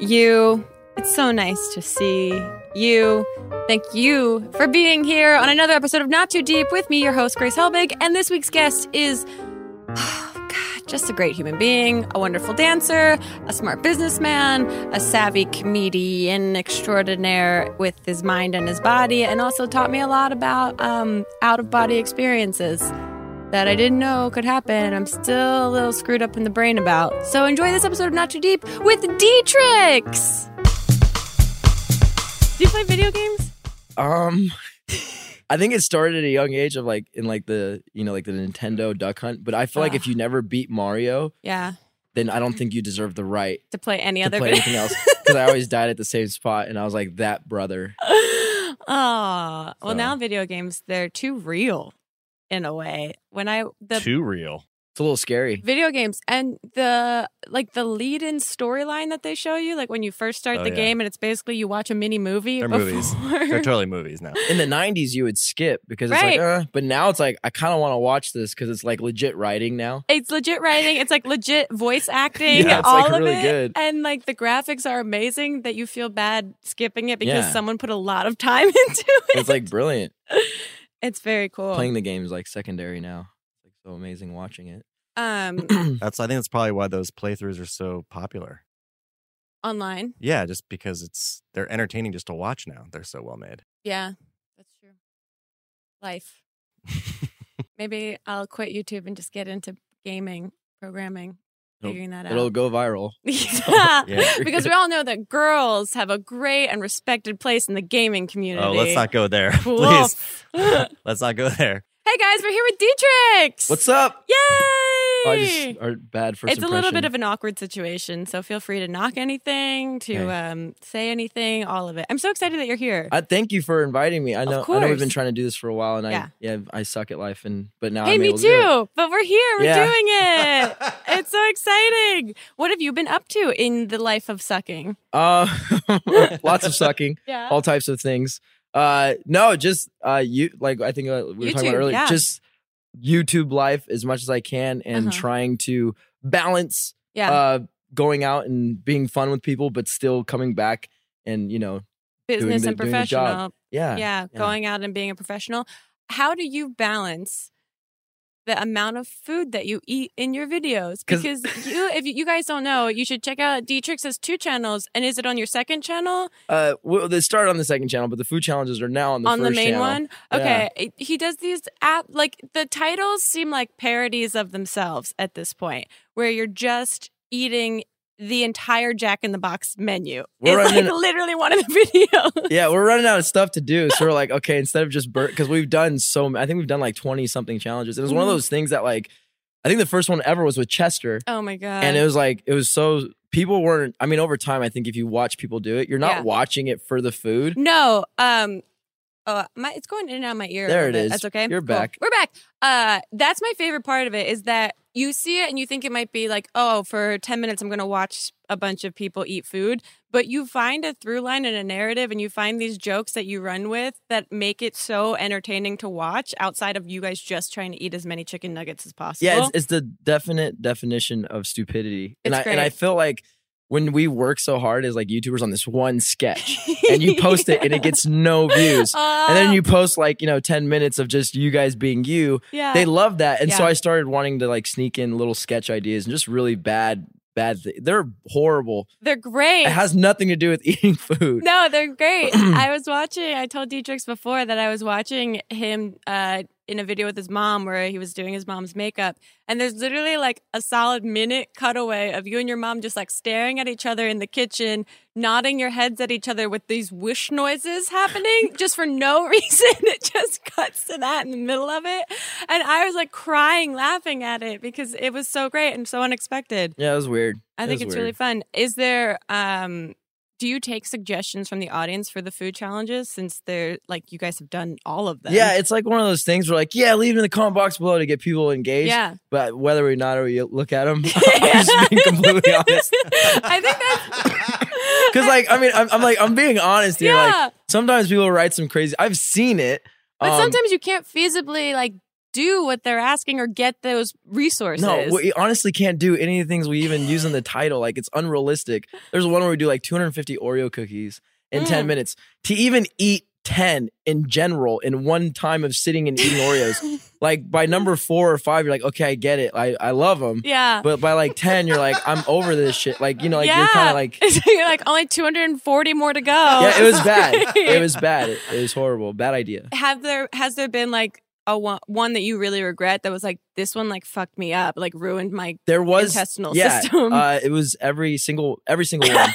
you. It's so nice to see you. Thank you for being here on another episode of Not Too Deep with me, your host, Grace Helbig. And this week's guest is oh, God, just a great human being, a wonderful dancer, a smart businessman, a savvy comedian extraordinaire with his mind and his body, and also taught me a lot about um, out of body experiences that I didn't know could happen, and I'm still a little screwed up in the brain about. So enjoy this episode of Not Too Deep with Dietrix! Do you play video games? Um, I think it started at a young age of like in like the you know like the Nintendo Duck Hunt. But I feel like Ugh. if you never beat Mario, Yeah, then I don't think you deserve the right to play any to other play video. anything else. Because I always died at the same spot, and I was like that brother. oh, well, So. now video games they're too real in a way. When I the too real. It's a little scary. video games and the like the lead in storyline that they show you, like when you first start Oh, the yeah. game and it's basically you watch a mini movie. They're movies. before- They're totally movies now. In the '90s, you would skip because it's Right. like, uh, but now it's like I kind of want to watch this because it's like legit writing now. It's legit writing. It's like legit voice acting. Yeah, it's, all like, of really it, good. and like the graphics are amazing. That you feel bad skipping it because Yeah. someone put a lot of time into it. It's like brilliant. It's very cool. Playing the game is like secondary now. It's like so amazing watching it. um, That's I think that's probably why those playthroughs are so popular. online. Yeah, just because it's they're entertaining just to watch now. They're so well made. Yeah, that's true. Life. Maybe I'll quit YouTube and just get into gaming, programming, Nope. figuring that out. It'll go viral. yeah, Yeah. because we all know that girls have a great and respected place in the gaming community. Oh, let's not go there. Please. Woof. let's not go there. Hey guys, we're here with Dietrix. What's up? Oh, Yay! I just are bad for. it's a little bit of an awkward situation, so feel free to knock anything, to Okay. um, say anything, all of it. I'm so excited that you're here. I thank you for inviting me. I know, I know we've been course. trying to do this for a while, and Yeah. I yeah I suck at life, and but now hey, I'm me able to do it. too. But we're here. We're Yeah. doing it. it's so exciting. What have you been up to in the life of sucking? Uh, lots of sucking, Yeah. all types of things. Uh, no, just uh, you like I think uh, we were talking YouTube, about earlier. yeah. Just YouTube life as much as I can, and Uh-huh. trying to balance Yeah. uh, going out and being fun with people, but still coming back and you know Business the- and doing the professional. job. yeah yeah, going out and being a professional. How do you balance the amount of food that you eat in your videos? 'Cause- Because you, if you guys don't know, you should check out Dietrix has two channels, and is it on your second channel Uh, well, they started on the second channel, but the food challenges are now on the on first the main channel. one? Okay, It- he does these app like the titles seem like parodies of themselves at this point, where you're just eating. The entire Jack in the Box menu. We're it's like running- literally one of the videos. yeah, we're running out of stuff to do. So we're like, okay, instead of just burn, because we've done so, m- I think we've done like 20 something challenges. It was one of Mhm. those things that, like, I think the first one ever was with Chester. Oh my god! And it was like, it was so, people weren't, I mean, over time, I think if you watch people do it, you're not Yeah. watching it for the food. No. Um. Oh, my, it's going in and out my ear. a There little it bit. is. That's okay. You're Cool. back. We're back. Uh, that's my favorite part of it is that you see it and you think it might be like, oh, for ten minutes I'm going to watch a bunch of people eat food, but you find a through line and a narrative, and you find these jokes that you run with that make it so entertaining to watch outside of you guys just trying to eat as many chicken nuggets as possible. Yeah, it's, it's the definite definition of stupidity. And It's I, and I great. feel like when we work so hard as like YouTubers on this one sketch and you post it and it gets no views. And Oh, Um, then you post like, you know, 10 minutes of just you guys being you. yeah. they love that and so Yeah. i started wanting to like sneak in little sketch ideas and just really bad bad th- they're horrible They're great. it has nothing to do with eating food No, they're great. I was watching. I told Dietrix before that I was watching him uh, in a video with his mom where he was doing his mom's makeup, and there's literally like a solid minute cutaway of you and your mom just like staring at each other in the kitchen, nodding your heads at each other with these whoosh noises happening just for no reason. It just cuts to that in the middle of it, and I was like crying, laughing at it because it was so great and so unexpected. yeah it was weird I It think was it's weird. really fun. Is there um do you take suggestions from the audience for the food challenges since they're like you guys have done all of them? yeah it's like one of those things where like yeah leave it in the comment box below to get people engaged Yeah. but whether or not we look at them i'm just being completely honest I think that's because like i mean I'm, I'm like i'm being honest here Yeah. like sometimes people write some crazy i've seen it but um, sometimes you can't feasibly like do what they're asking or get those resources. No, e we honestly can't do any of the things we even use in the title. Like it's unrealistic. There's one where we do like 250 Oreo cookies in 10 Mm. minutes. To even eat 10 in general in one time of sitting and eating Oreos, like by number four or five, you're like, okay, I get it. I, I love them. yeah. But by like 10, you're like, I'm over this shit. Like, you know, like you're kind Yeah. of like, So you're like only 240 more to go. yeah, it was bad. It was bad. It, it was horrible. Bad idea. Have there has there been like a one, one that you really regret that was like this one like fucked me up, like ruined my There was intestinal yeah, system? Uh, it was every single every single one,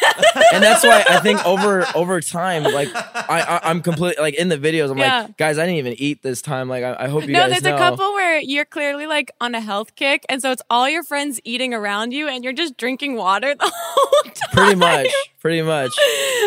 and that's why I think over over time, like I, I I'm completely like in the videos. I'm Yeah. like, guys, I didn't even eat this time. Like I, I hope you no, guys there's know. a couple where you're clearly like on a health kick, and so it's all your friends eating around you, and you're just drinking water the whole time. Pretty much, pretty much.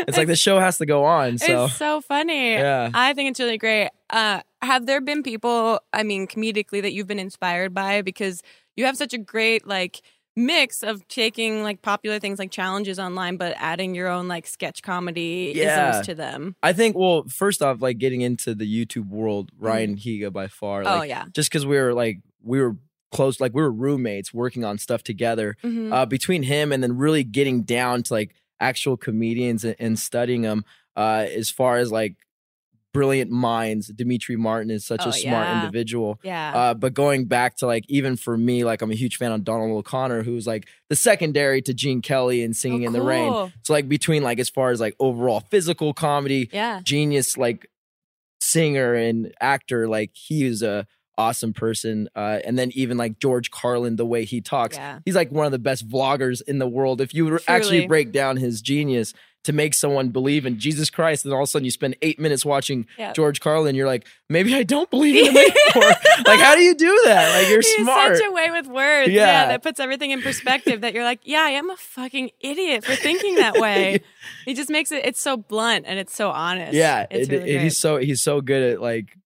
It's like the show has to go on. So It's so funny. Yeah. I think it's really great. Uh, have there been people, I mean, comedically, that you've been inspired by because you have such a great like mix of taking like popular things like challenges online, but adding your own like sketch comedy Yeah. isms to them. I think, well, first off, like getting into the YouTube world, Mm-hmm. Ryan Higa by far. Like, uh, oh yeah. Just because we were like we were close, like we were roommates working on stuff together. Mhm. uh, between him and then really getting down to like actual comedians and, and studying them uh, as far as like brilliant minds dimitri martin is such Oh, a smart yeah. individual yeah. uh, but going back to like even for me like i'm a huge fan of donald o'connor who's like the secondary to gene kelly and singing Oh, in the rain cool. so like between like as far as like overall physical comedy Yeah. genius like singer and actor like he is a awesome person uh, and then even like george carlin the way he talks Yeah. he's like one of the best vloggers in the world. If you were- actually Truly. break down his genius to make someone believe in Jesus Christ, then all of a sudden you spend eight minutes watching Yeah. George Carlin, you're like, maybe I don't believe in him anymore. like, how do you do that? Like, you're He's smart. such a way with words. Yeah. that puts everything in perspective that you're like, yeah, I am a fucking idiot for thinking that way. he just makes it it's so blunt and it's so honest. yeah, It's it- really it- great. he's so he's so good at like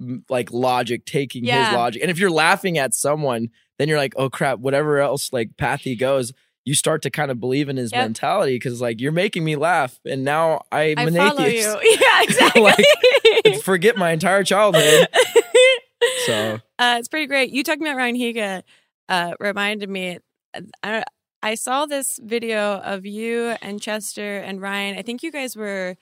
m- like logic, taking Yeah. his logic. And if you're laughing at someone, then you're like, oh crap, whatever else like path he goes. You start to kind of believe in his Yep. mentality because, like, you're making me laugh, and now I'm I an follow atheist. you. Yeah, exactly. Like, forget my entire childhood. So uh, it's pretty great. You talking about Ryan Higa uh, reminded me. I, I saw this video of you and Chester and Ryan. I think you guys were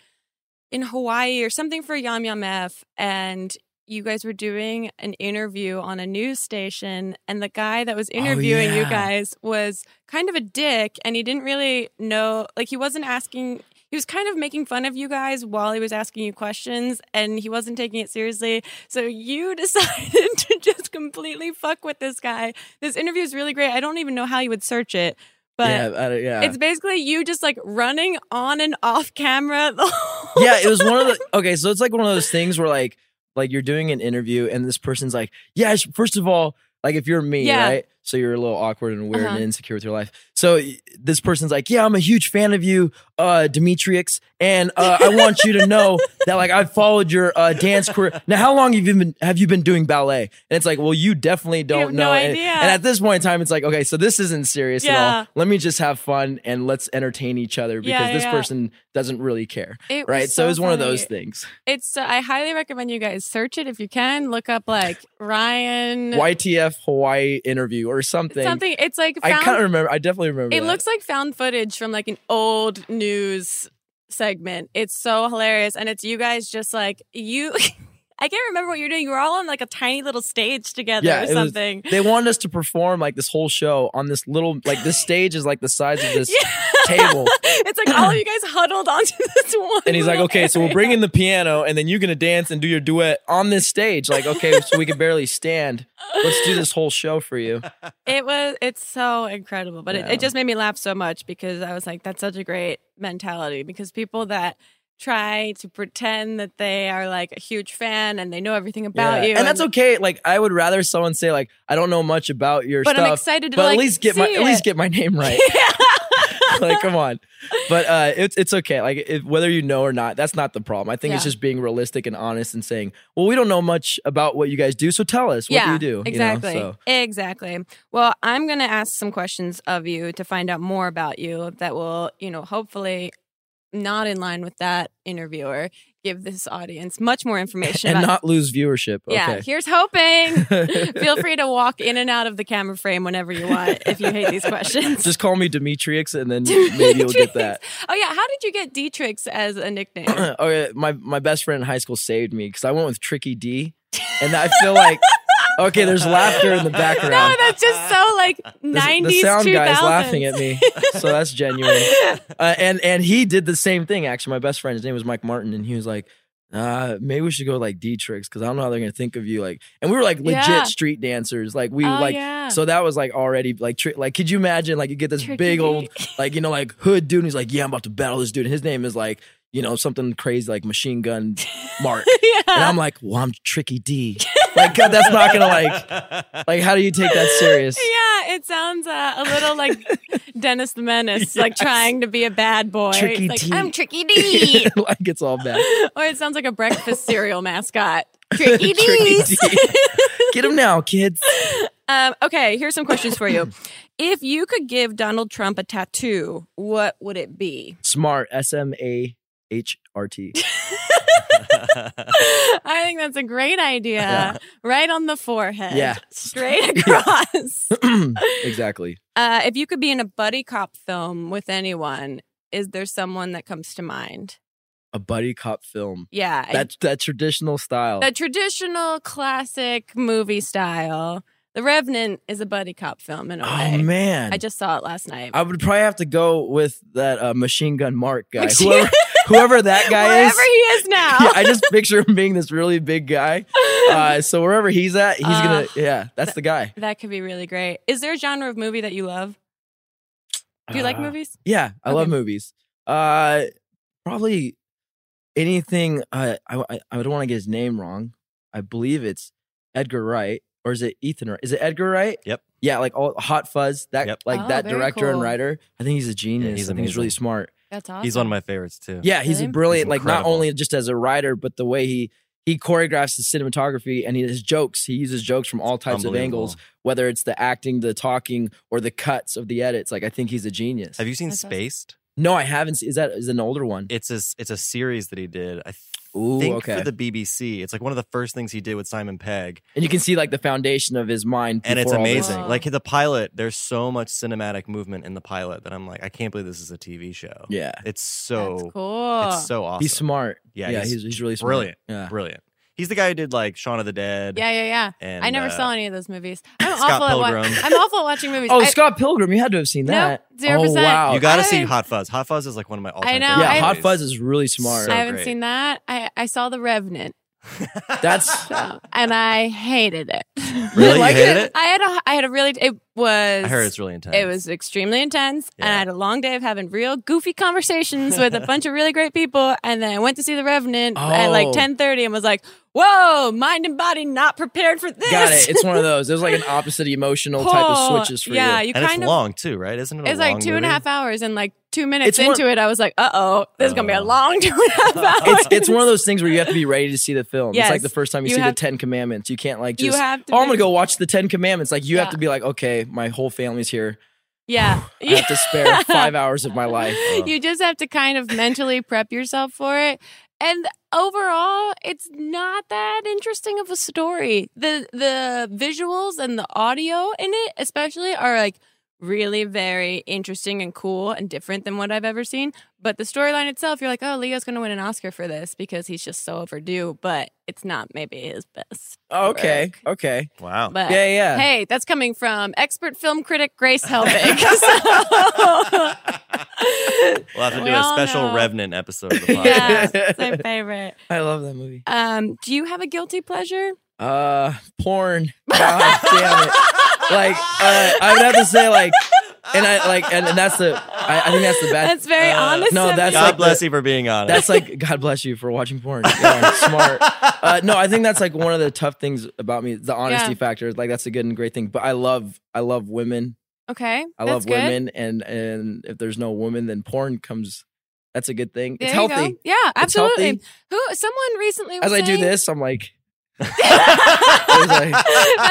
in Hawaii or something for Yam Yam F, and you guys were doing an interview on a news station, and the guy that was interviewing you Oh, yeah. guys was kind of a dick, and he didn't really know, like he wasn't asking. He was kind of making fun of you guys while he was asking you questions, and he wasn't taking it seriously. So you decided to just completely fuck with this guy. This interview is really great. I don't even know how you would search it, but yeah, I don't- yeah, it's basically you just like running on and off camera. The whole yeah. It was one of the okay. So it's like one of those things where like like you're doing an interview and this person's like, yeah. sh- First of all, like if you're me, Yeah. right? So you're a little awkward and weird Uh-huh. and insecure with your life. So y- this person's like, yeah, I'm a huge fan of you, uh, Demetrix, and uh, I want you to know that like I've followed your uh, dance career. Now, how long have you been have you been doing ballet? And it's like, well, you definitely don't have know. no And- idea. and at this point in time, it's like, okay, so this isn't serious at Yeah. all. Let me just have fun and let's entertain each other because Yeah, yeah, this yeah. person doesn't really care. It Right. was So, it was one of those funny. things. It's. Uh, I highly recommend you guys search it if you can. Look up like Ryan YTF Hawaii interview or something. something. It's like I found, kind of remember. I definitely remember. It that. looks like found footage from like an old news segment. It's so hilarious. And it's you guys just like, you, I can't remember what you're doing. You were all on like a tiny little stage together Yeah, or it was- something. They wanted us to perform like this whole show on this little, like this stage is like the size of this Yeah. table. it's like all of you guys huddled onto this one. And he's like, little okay, so we'll area." bring in the piano and then you're going to dance and do your duet on this stage. Like, okay, so we can barely stand. Let's do this whole show for you. It was, it's so incredible. But it, Yeah. it just made me laugh so much because I was like, that's such a great mentality because people that, Try to pretend that they are like a huge fan and they know everything about Yeah. you. And that's okay. Like I would rather someone say like I don't know much about your But stuff, I'm excited to but like at least get my see at it. least get my name right. like come on. But uh it's it's okay. Like it, whether you know or not, that's not the problem. I think it's Yeah. just being realistic and honest and saying, "Well, we don't know much about what you guys do, so tell us what do you do." you know? Exactly. So, Exactly. Well, I'm going to ask some questions of you to find out more about you that will, you know, hopefully not in line with that interviewer. Give this audience much more information and about. not lose viewership. yeah, Okay. here's hoping. Feel free to walk in and out of the camera frame whenever you want if you hate these questions. Just call me Demetrix, and then maybe you'll get that. Oh yeah, how did you get Dietrix as a nickname? oh yeah, my my best friend in high school saved me because I went with Tricky D, and I feel like okay, there's laughter in the background. no, that's just so like This- nineties, the sound 2000s. guy's laughing at me, so that's genuine. Uh, and and he did the same thing. Actually, my best friend, his name was Mike Martin, and he was like, uh, "Maybe we should go like D tricks because I don't know how they're gonna think of you." Like, and we were like legit Yeah. street dancers. Like we oh, like yeah. so that was like already like tri- like could you imagine like you get this Tricky big D. old like you know like hood dude and he's like yeah I'm about to battle this dude and his name is like you know something crazy like machine gun Mark yeah. and I'm like well I'm Tricky D like God that's not gonna like like how do you take that serious Yeah, it sounds uh, a little like Dennis the Menace, like Yes. trying to be a bad boy. It's Tricky like D. I'm Tricky D, like it's all bad or it sounds like a breakfast cereal mascot. Tricky Tricky D's. D get him now kids um, okay, here's some questions for you. If you could give Donald Trump a tattoo, what would it be? smart S M A H R T I think that's a great idea. Yeah. Right on the forehead. Yeah. Straight across. exactly uh, if you could be in a buddy cop film with anyone, is there someone that comes to mind? a buddy cop film Yeah. I- that's that traditional style the traditional classic movie style. The Revenant is a buddy cop film in a oh way. man I just saw it last night. I would probably have to go with that uh, machine gun Mark guy. Machine- Whoever, whoever that guy is. Wherever he is now. Yeah, I just picture him being this really big guy. Uh, so wherever he's at, he's gonna. Uh, Yeah, that's the guy. that could be really great. Is there a genre of movie that you love? Do you like Uh, movies? Yeah, I love Okay. movies. Uh, probably anything. Uh, I I, I don't want to get his name wrong. I believe it's Edgar Wright, or is it Ethan? Wright? Is it Edgar Wright? Yep. Yeah, like all Hot Fuzz. That Yep. like Oh, that very director and cool. writer. I think he's a genius. he's I think he's really amazing. smart. That's awesome. He's one of my favorites too. Yeah, he's Really? a brilliant. He's like not incredible. only just as a writer, but the way he he choreographs his cinematography and he, his jokes. He uses jokes from all types of angles, Unbelievable. whether it's the acting, the talking, or the cuts of the edits. Like I think he's a genius. Have you seen That's awesome. Spaced? no, I haven't. Seen, is that is an older one? It's a it's a series that he did. I Ooh, think okay. for the BBC. It's like one of the first things he did with Simon Pegg, and you can see like the foundation of his mind. and it's before all this. amazing. Wow. Like the pilot, there's so much cinematic movement in the pilot that I'm like, I can't believe this is a TV show. Yeah, It's so That's cool. it's so awesome. he's smart. Yeah, yeah, he's he's, he's, really smart. brilliant. Yeah. Brilliant. He's the guy who did like Shaun of the Dead. yeah, yeah, yeah. And, I never uh, saw any of those movies. I'm Scott awful at wa- Pilgrim. I'm awful at watching movies. Oh, I, Scott Pilgrim, you had to have seen No, that. 0%. Oh wow, You gotta see I- Hot Fuzz. Hot Fuzz is like one of my all-time. I know, favorite yeah, I- Hot movies. Fuzz is really smart. So I haven't great. seen that. I, I saw The Revenant, That's so, and I hated it. Really? You You like hated it? it? I had a I had a really it was I heard it's really intense. it was extremely intense, and I Yeah. had a long day of having real goofy conversations with a bunch of really great people, and then I went to see The Revenant at Oh. like ten thirty, and was like, "Whoa, mind and body not prepared for this." got it. It's one of those. There's like an opposite emotional type of Oh, switches for you. yeah, you and kind it's of long too, right? Isn't it? a It's like long two and a movie? half hours, and like two minutes It's one- into it, I was like, "Uh oh, this is gonna be a Oh. long two and a half hours." it's it's one of those things where you have to be ready to see the film. It's Yes. like the first time you, You see have- the Ten Commandments. You can't like you just have to. oh, I'm be- gonna go watch the Ten Commandments. Like you Yeah. have to be like, okay, my whole family's here. Yeah, I have to spare five hours of my life. Oh, you just have to kind of mentally prep yourself for it. And overall, it's not that interesting of a story. The the visuals and the audio in it, especially, are like really very interesting and cool and different than what I've ever seen. But the storyline itself, you're like, oh, Leo's gonna win an Oscar for this because he's just so overdue. But it's not maybe his best. Oh, okay, work. okay, Wow. But yeah, yeah. Hey, that's coming from expert film critic Grace Helbig. So- we'll have to We do a all special know. Revenant episode of the podcast. yeah, it's my favorite. I love that movie. Um, do you have a guilty pleasure? Uh, porn. God damn it. Like uh, I would have to say like, and I like, and, and that's the. I, I think that's the best. That's very Uh, honest. no, of that's you. God like bless the- you for being honest. That's like God bless you for watching porn. Yeah, smart. Uh, no, I think that's like one of the tough things about me. The honesty Yeah. factor. Like that's a good and great thing. But I love, I love women. okay. I that's love good. women, and and if there's no woman, then porn comes. That's a good thing. There it's you healthy. go. Yeah, It's absolutely. healthy. Who? Someone recently was As I do saying- this, I'm like, It's like,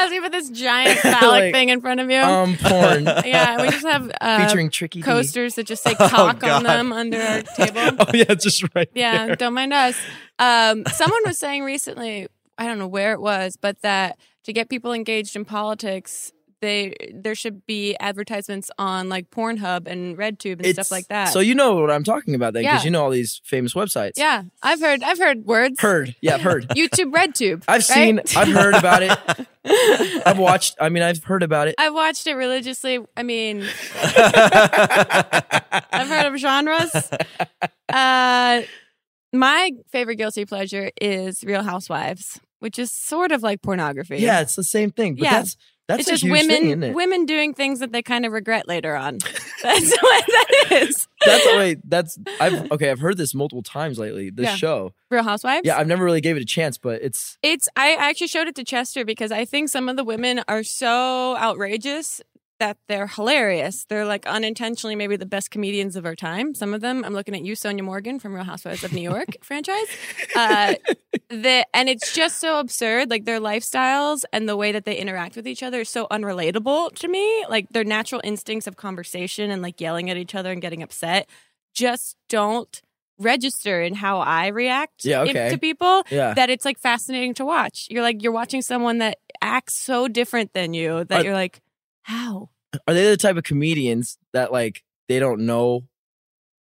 As you put this giant phallic Like, thing in front of you. um, porn yeah, we just have uh, featuring Tricky D. coasters that just say cock on God. them under our table. Oh yeah, it's just right. Yeah, there. don't mind us. Um, someone was saying recently, I don't know where it was, but that to get people engaged in politics, they there should be advertisements on like Pornhub and RedTube and It's- stuff like that. So you know what I'm talking about then, because Yeah. you know all these famous websites. yeah, I've heard I've heard words. Heard. Yeah, I've heard. YouTube RedTube. I've seen. right? I've heard about it. I've watched. I mean, I've heard about it. I've watched it religiously. I mean, I've heard of genres. Uh, my favorite guilty pleasure is Real Housewives, which is sort of like pornography. Yeah, it's the same thing. But Yeah. that's that's it's a just huge women thing, isn't it? women doing things that they kind of regret later on. That's what that is. That's wait. That's I've okay. I've heard this multiple times lately. This Yeah. show. Real Housewives. Yeah, I've never really gave it a chance, but it's It's I actually showed it to Chester because I think some of the women are so outrageous that they're hilarious. They're like unintentionally maybe the best comedians of our time. Some of them, I'm looking at you, Sonia Morgan from Real Housewives of New York franchise. Uh, the and it's just so absurd. Like their lifestyles and the way that they interact with each other is so unrelatable to me. Like their natural instincts of conversation and like yelling at each other and getting upset just don't register in how I react Yeah, in- okay. to people yeah. that it's like fascinating to watch. You're like you're watching someone that acts so different than you that Are- you're like, how? Are they the type of comedians that like they don't know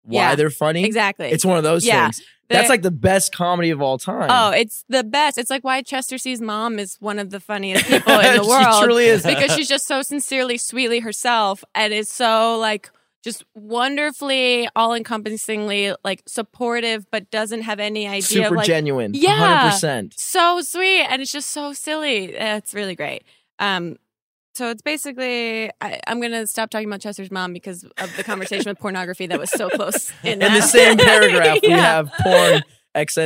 why Yeah, they're funny? Exactly. It's one of those Yeah. things. That's They're- like the best comedy of all time. Oh, it's the best. It's like why Chester C's mom is one of the funniest people in the She world. truly is. because she's just so sincerely, sweetly herself and is so like just wonderfully all encompassingly like supportive but doesn't have any idea super of like genuine. Yeah. 100%. so sweet and it's just so silly Uh, it's really great um so it's basically I, i'm gonna stop talking about chester's mom because of the conversation with pornography that was so close in, In the that. same paragraph, we Yeah. Um, have porn,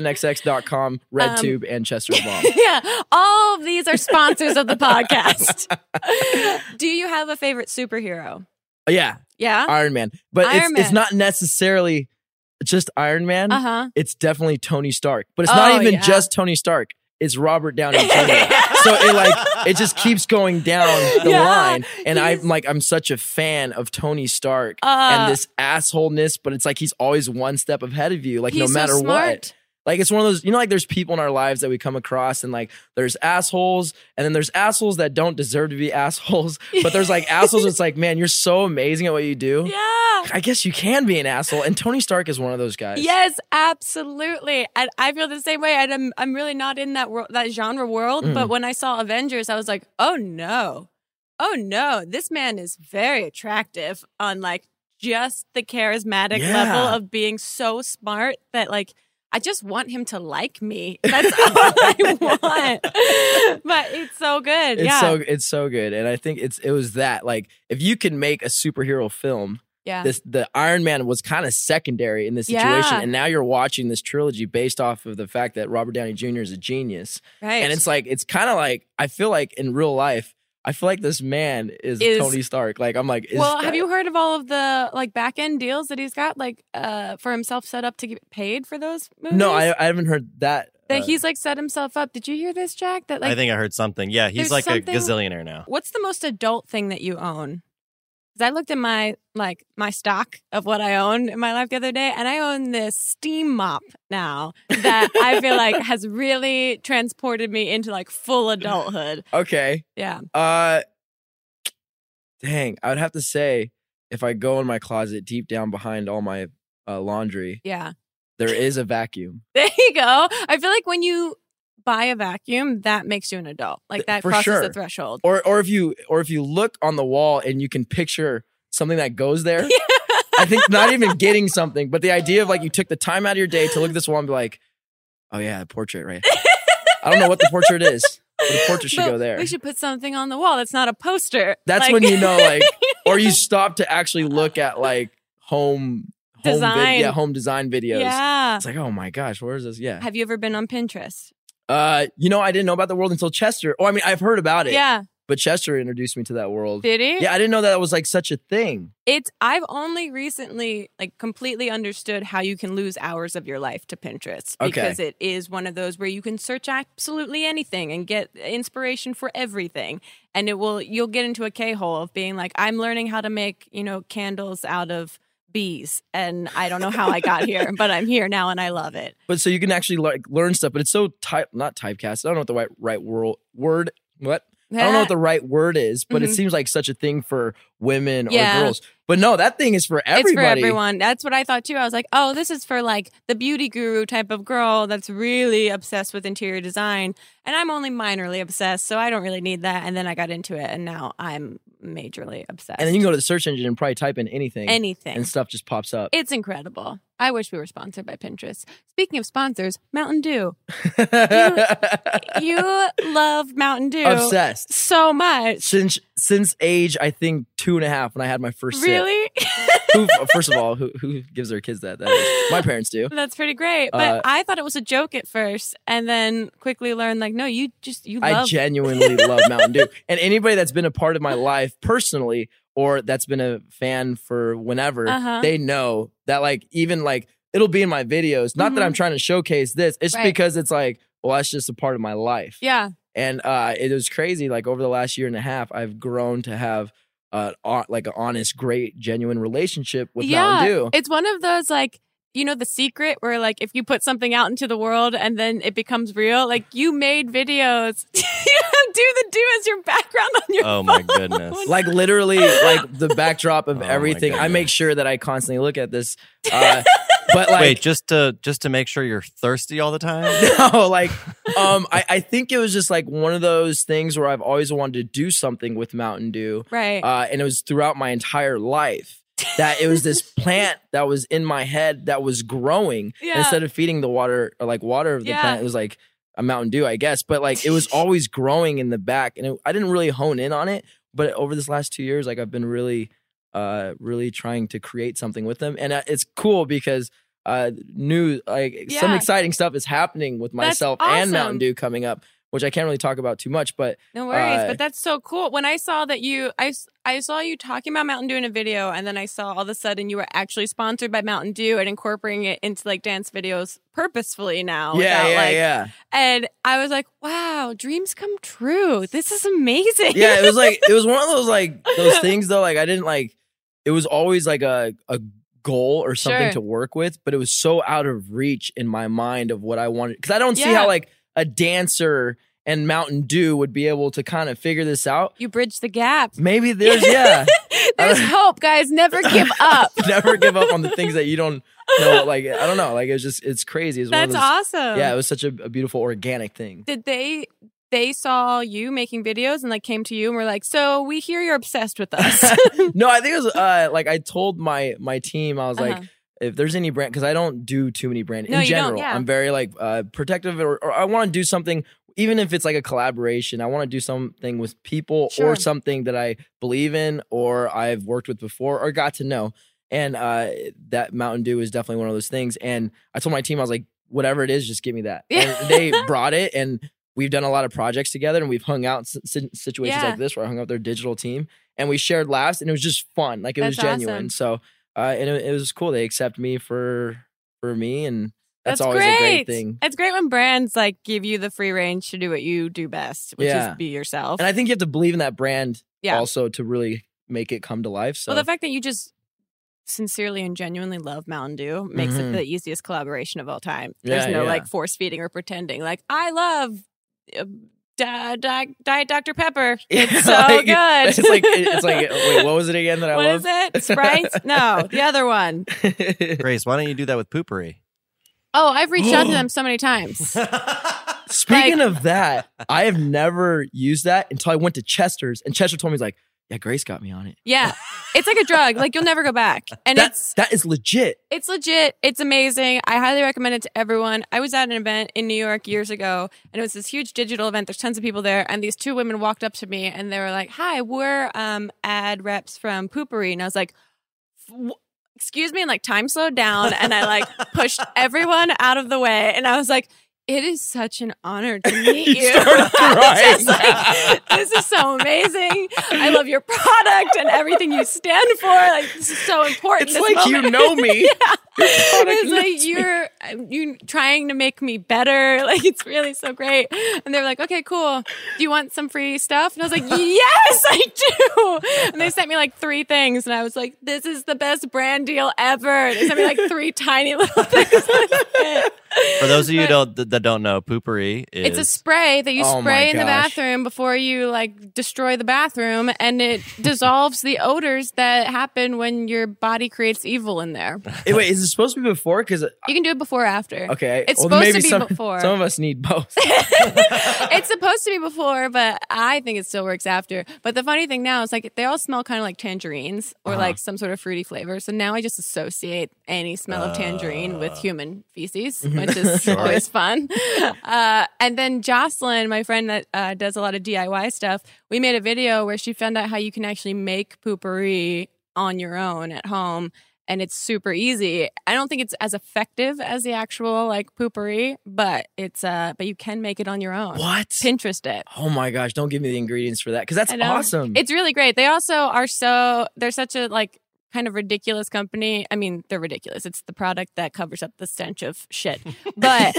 xnxx.com, RedTube, and Chester's Mom. yeah all of these are sponsors of the podcast do you have a favorite superhero Oh, yeah, yeah Iron Man. But Uh, Iron it's, it's Man. not necessarily just Iron Man. uh-huh It's definitely Tony Stark. But it's Oh, not even yeah. just Tony Stark. It's Robert Downey Jr. so it like it just keeps going down the Yeah, line. And he's- I'm like, I'm such a fan of Tony Stark Uh, and this assholeness, but it's like he's always one step ahead of you, like no he's so matter what. smart. Like it's one of those, you know, like there's people in our lives that we come across, and like there's assholes, and then there's assholes that don't deserve to be assholes. But there's like assholes. It's like, man, you're so amazing at what you do. yeah I guess you can be an asshole, and Tony Stark is one of those guys. Yes, absolutely. And I feel the same way. And I'm I'm really not in that world, that genre world. Mm. But when I saw Avengers, I was like, oh no, oh no, this man is very attractive on like just the charismatic Yeah. level of being so smart that like. I just want him to like me. That's all I want. But it's so good. it's yeah. so it's so good, and I think it's it was that like if you can make a superhero film, yeah. this the Iron Man was kind of secondary in this situation, Yeah. and now you're watching this trilogy based off of the fact that Robert Downey Jr. is a genius. right. And it's like it's kind of like I feel like in real life, I feel like this man is, Is- Tony Stark. Like I'm like, is well, have you heard of all of the like back end deals that he's got, like uh, for himself set up to get paid for those movies? No, I, I haven't heard that. that uh, he's like set himself up. Did you hear this, Jack? That like, I think I heard something. Yeah, he's there's like something- a gazillionaire now. what's the most adult thing that you own? Because I looked at my like my stock of what I own in my life the other day, and I own this steam mop now that I feel like has really transported me into like full adulthood. okay. Yeah, Uh, dang, I would have to say if I go in my closet deep down behind all my uh, laundry, yeah. there is a vacuum. There you go. I feel like when you buy a vacuum, that makes you an adult. Like Th- that for crosses the sure. threshold. Or or if you or if you look on the wall and you can picture something that goes there. I think not even getting something, but the idea of like you took the time out of your day to look at this wall and be like, oh yeah, a portrait, right? I don't know what the portrait is. But the portrait should But go there. We should put something on the wall that's not a poster. That's Like- when you know, like, or you stop to actually look at like home home vid- Design. yeah, home design videos. Yeah. It's like, oh my gosh, where is this? Yeah. Have you ever been on Pinterest? Uh, you know, I didn't know about the world until Chester. Oh, I mean, I've heard about it. Yeah. But Chester introduced me to that world. Did he? Yeah, I didn't know that was like such a thing. It's I've only recently like completely understood how you can lose hours of your life to Pinterest Okay. because it is one of those where you can search absolutely anything and get inspiration for everything and it will you'll get into a K-hole of being like I'm learning how to make, you know, candles out of bees and I don't know how I got here, but I'm here now and I love it. But so you can actually like learn stuff. But it's so type not typecast. I don't know what the right right world word what. I don't know what the right word is, but it Mhm. seems like such a thing for women Yeah. or girls. But no, that thing is for It's for everybody. everyone. That's what I thought too. I was like, oh, this is for like the beauty guru type of girl that's really obsessed with interior design. And I'm only minorly obsessed, so I don't really need that. And then I got into it, and now I'm majorly obsessed. And then you can go to the search engine and probably type in anything, anything. and stuff just pops up. it's incredible. I wish we were sponsored by Pinterest. Speaking of sponsors, Mountain Dew. You love Mountain Dew Obsessed so much. since since age I think two and a half when I had my first. sip. Really? who, first of all, who who gives their kids that? that is, my parents do. That's pretty great. But Uh, I thought it was a joke at first and then quickly learned like, no, you just you I love genuinely love Mountain Dew. And anybody that's been a part of my life personally or that's been a fan for whenever, Uh-huh. they know that like even like it'll be in my videos. Not that Mhm. I'm trying to showcase this. It's Right. because it's like, well, that's just a part of my life. Yeah. And uh it was crazy. Like over the last year and a half, I've grown to have uh, hon- like an honest, great, genuine relationship with Mountain Dew. It's one of those like you know the secret where like if you put something out into the world and then it becomes real. Like you made videos. you have do the do as your background on your Oh my goodness. phone. like literally like the backdrop Oh of my everything i make goodness. sure that i constantly look at this uh, but like Wait, just to just to make sure you're thirsty all the time. no like um I, I think it was just like one of those things where i've always wanted to do something with mountain dew right. uh, and it was throughout my entire life that it was this plant that was in my head that was growing And Yeah. instead of feeding the water or like water of the Yeah. plant it was like a mountain dew i guess but like it was always growing in the back and it, i didn't really hone in on it but over this last two years like i've been really uh really trying to create something with them and uh, it's cool because uh new like some Yeah. exciting stuff is happening with That's myself and mountain awesome. dew coming up which i can't really talk about too much but no worries. uh, but that's so cool. When I saw that you, I s- I saw you talking about Mountain Dew in a video, and then I saw all of a sudden you were actually sponsored by Mountain Dew and incorporating it into like dance videos purposefully now. yeah without, yeah like, yeah And I was like, wow, dreams come true. This is amazing. yeah, it was like it was one of those like those things though. Like I didn't like it was always like a a goal or something Sure. to work with, but it was so out of reach in my mind of what I wanted because I don't see Yeah. how like a dancer and Mountain Dew would be able to kind of figure this out. you bridge the gap. Maybe there's yeah, There's Uh, hope, guys. Never give up. never give up on the things that you don't know. Like I don't know, like it's just it's crazy. It's That's one of those, awesome. Yeah, it was such a, a beautiful organic thing. Did they they saw you making videos and like came to you and were like, "So we hear you're obsessed with us." no, I think it was uh, like I told my my team I was like. Uh-huh. if there's any brand because I don't do too many brand No, in you don't, general. yeah. I'm very like uh, protective, or, or I want to do something even if it's like a collaboration. I want to do something with people Sure. or something that I believe in or I've worked with before or got to know. And uh, that Mountain Dew is definitely one of those things. And I told my team I was like, whatever it is, just give me that. Yeah. And they brought it and. We've done a lot of projects together, and we've hung out s- si- situations Yeah. like this where I hung out with their digital team, and we shared laughs, and it was just fun. Like it was That's awesome. genuine. So uh, and it, it was cool. They accept me for for me, and that's, That's always great. a great thing. It's great when brands like give you the free range to do what you do best, which Yeah. is be yourself. And I think you have to believe in that brand Yeah. also to really make it come to life. So Well, the fact that you just sincerely and genuinely love Mountain Dew makes Mhm. it the easiest collaboration of all time. Yeah, There's no yeah. like force feeding or pretending. Like I love uh, Di- Di- Diet Dr Pepper. It's so Like, good. it's like it- it's like wait, what was it again that I What is love? it? Sprite? No, the other one. Grace, why don't you do that with poopery? Oh, I've reached out to them so many times. Speaking of that, I have never used that until I went to Chester's, and Chester told me he's like, "Yeah, Grace got me on it. Yeah. It's like a drug. Like you'll never go back. And That's that is legit." It's legit. It's amazing. I highly recommend it to everyone. I was at an event in New York years ago, and it was this huge digital event. There's tons of people there, and these two women walked up to me and they were like, "Hi, we're um, ad reps from Poopery," and I was like, "Wh- "Excuse me," and like time slowed down, and I like pushed everyone out of the way, and I was like. It is such an honor to meet You you. started I was just crying. like, this is so so amazing. I love your product and everything you stand for. Like this is so important. It's this like moment. you know me. it's like you're you trying to make me better. Like it's really so great. And they're like, okay, cool. Do you want some free stuff? And I was like, yes, I do. And they sent me like three things, and I was like, this is the best brand deal ever. And they sent me like three tiny little things. For those of you But- don't, that don't know, poopery is It's a spray that you Oh my spray in the gosh. bathroom before you like destroy the bathroom, and it dissolves the odors that happen when your body creates evil in there. Hey, Wait, is it supposed to be before? Because You can do it before or after. okay, It's well, supposed maybe to be some, before. Some of us need both. it's supposed to be before, but I think it still works after. But the funny thing now is like they all smell kind of like tangerines or like some sort of fruity flavor. So now I just associate any smell of tangerine with human feces, which is always fun. Uh, and then Jocelyn, my friend that uh, does a lot of DIY stuff, we made a video where she found out how you can actually make poopery on your own at home. And it's super easy. I don't think it's as effective as the actual like poopery, but it's uh, but you can make it on your own. what? Pinterest it. Oh my gosh! Don't give me the ingredients for that because that's I know. awesome. It's really great. They also are so they're such a like kind of ridiculous company. I mean, they're ridiculous. It's the product that covers up the stench of shit. But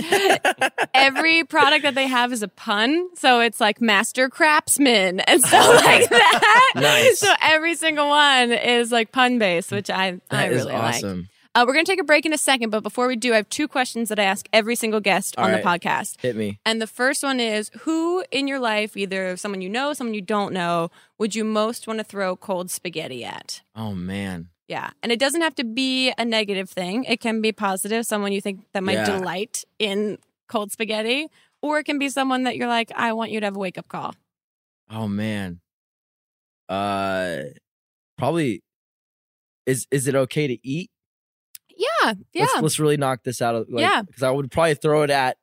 every product that they have is a pun. So it's like master craftsman and stuff like that. Oh Nice. So every single one is like pun based, which I I That is really like. awesome. Uh, we're gonna take a break in a second, but before we do, I have two questions that I ask every single guest All on the right. podcast. Hit me. And the first one is who in your life, either someone you know, someone you don't know, would you most want to throw cold spaghetti at? Oh man. Yeah. And it doesn't have to be a negative thing. It can be positive, someone you think that might Yeah. delight in cold spaghetti, or it can be someone that you're like, I want you to have a wake up call. Oh man. Uh, probably. Is is it okay to eat? Yeah. Yeah. Let's, let's really knock this out of like, Yeah. Because I would probably throw it at.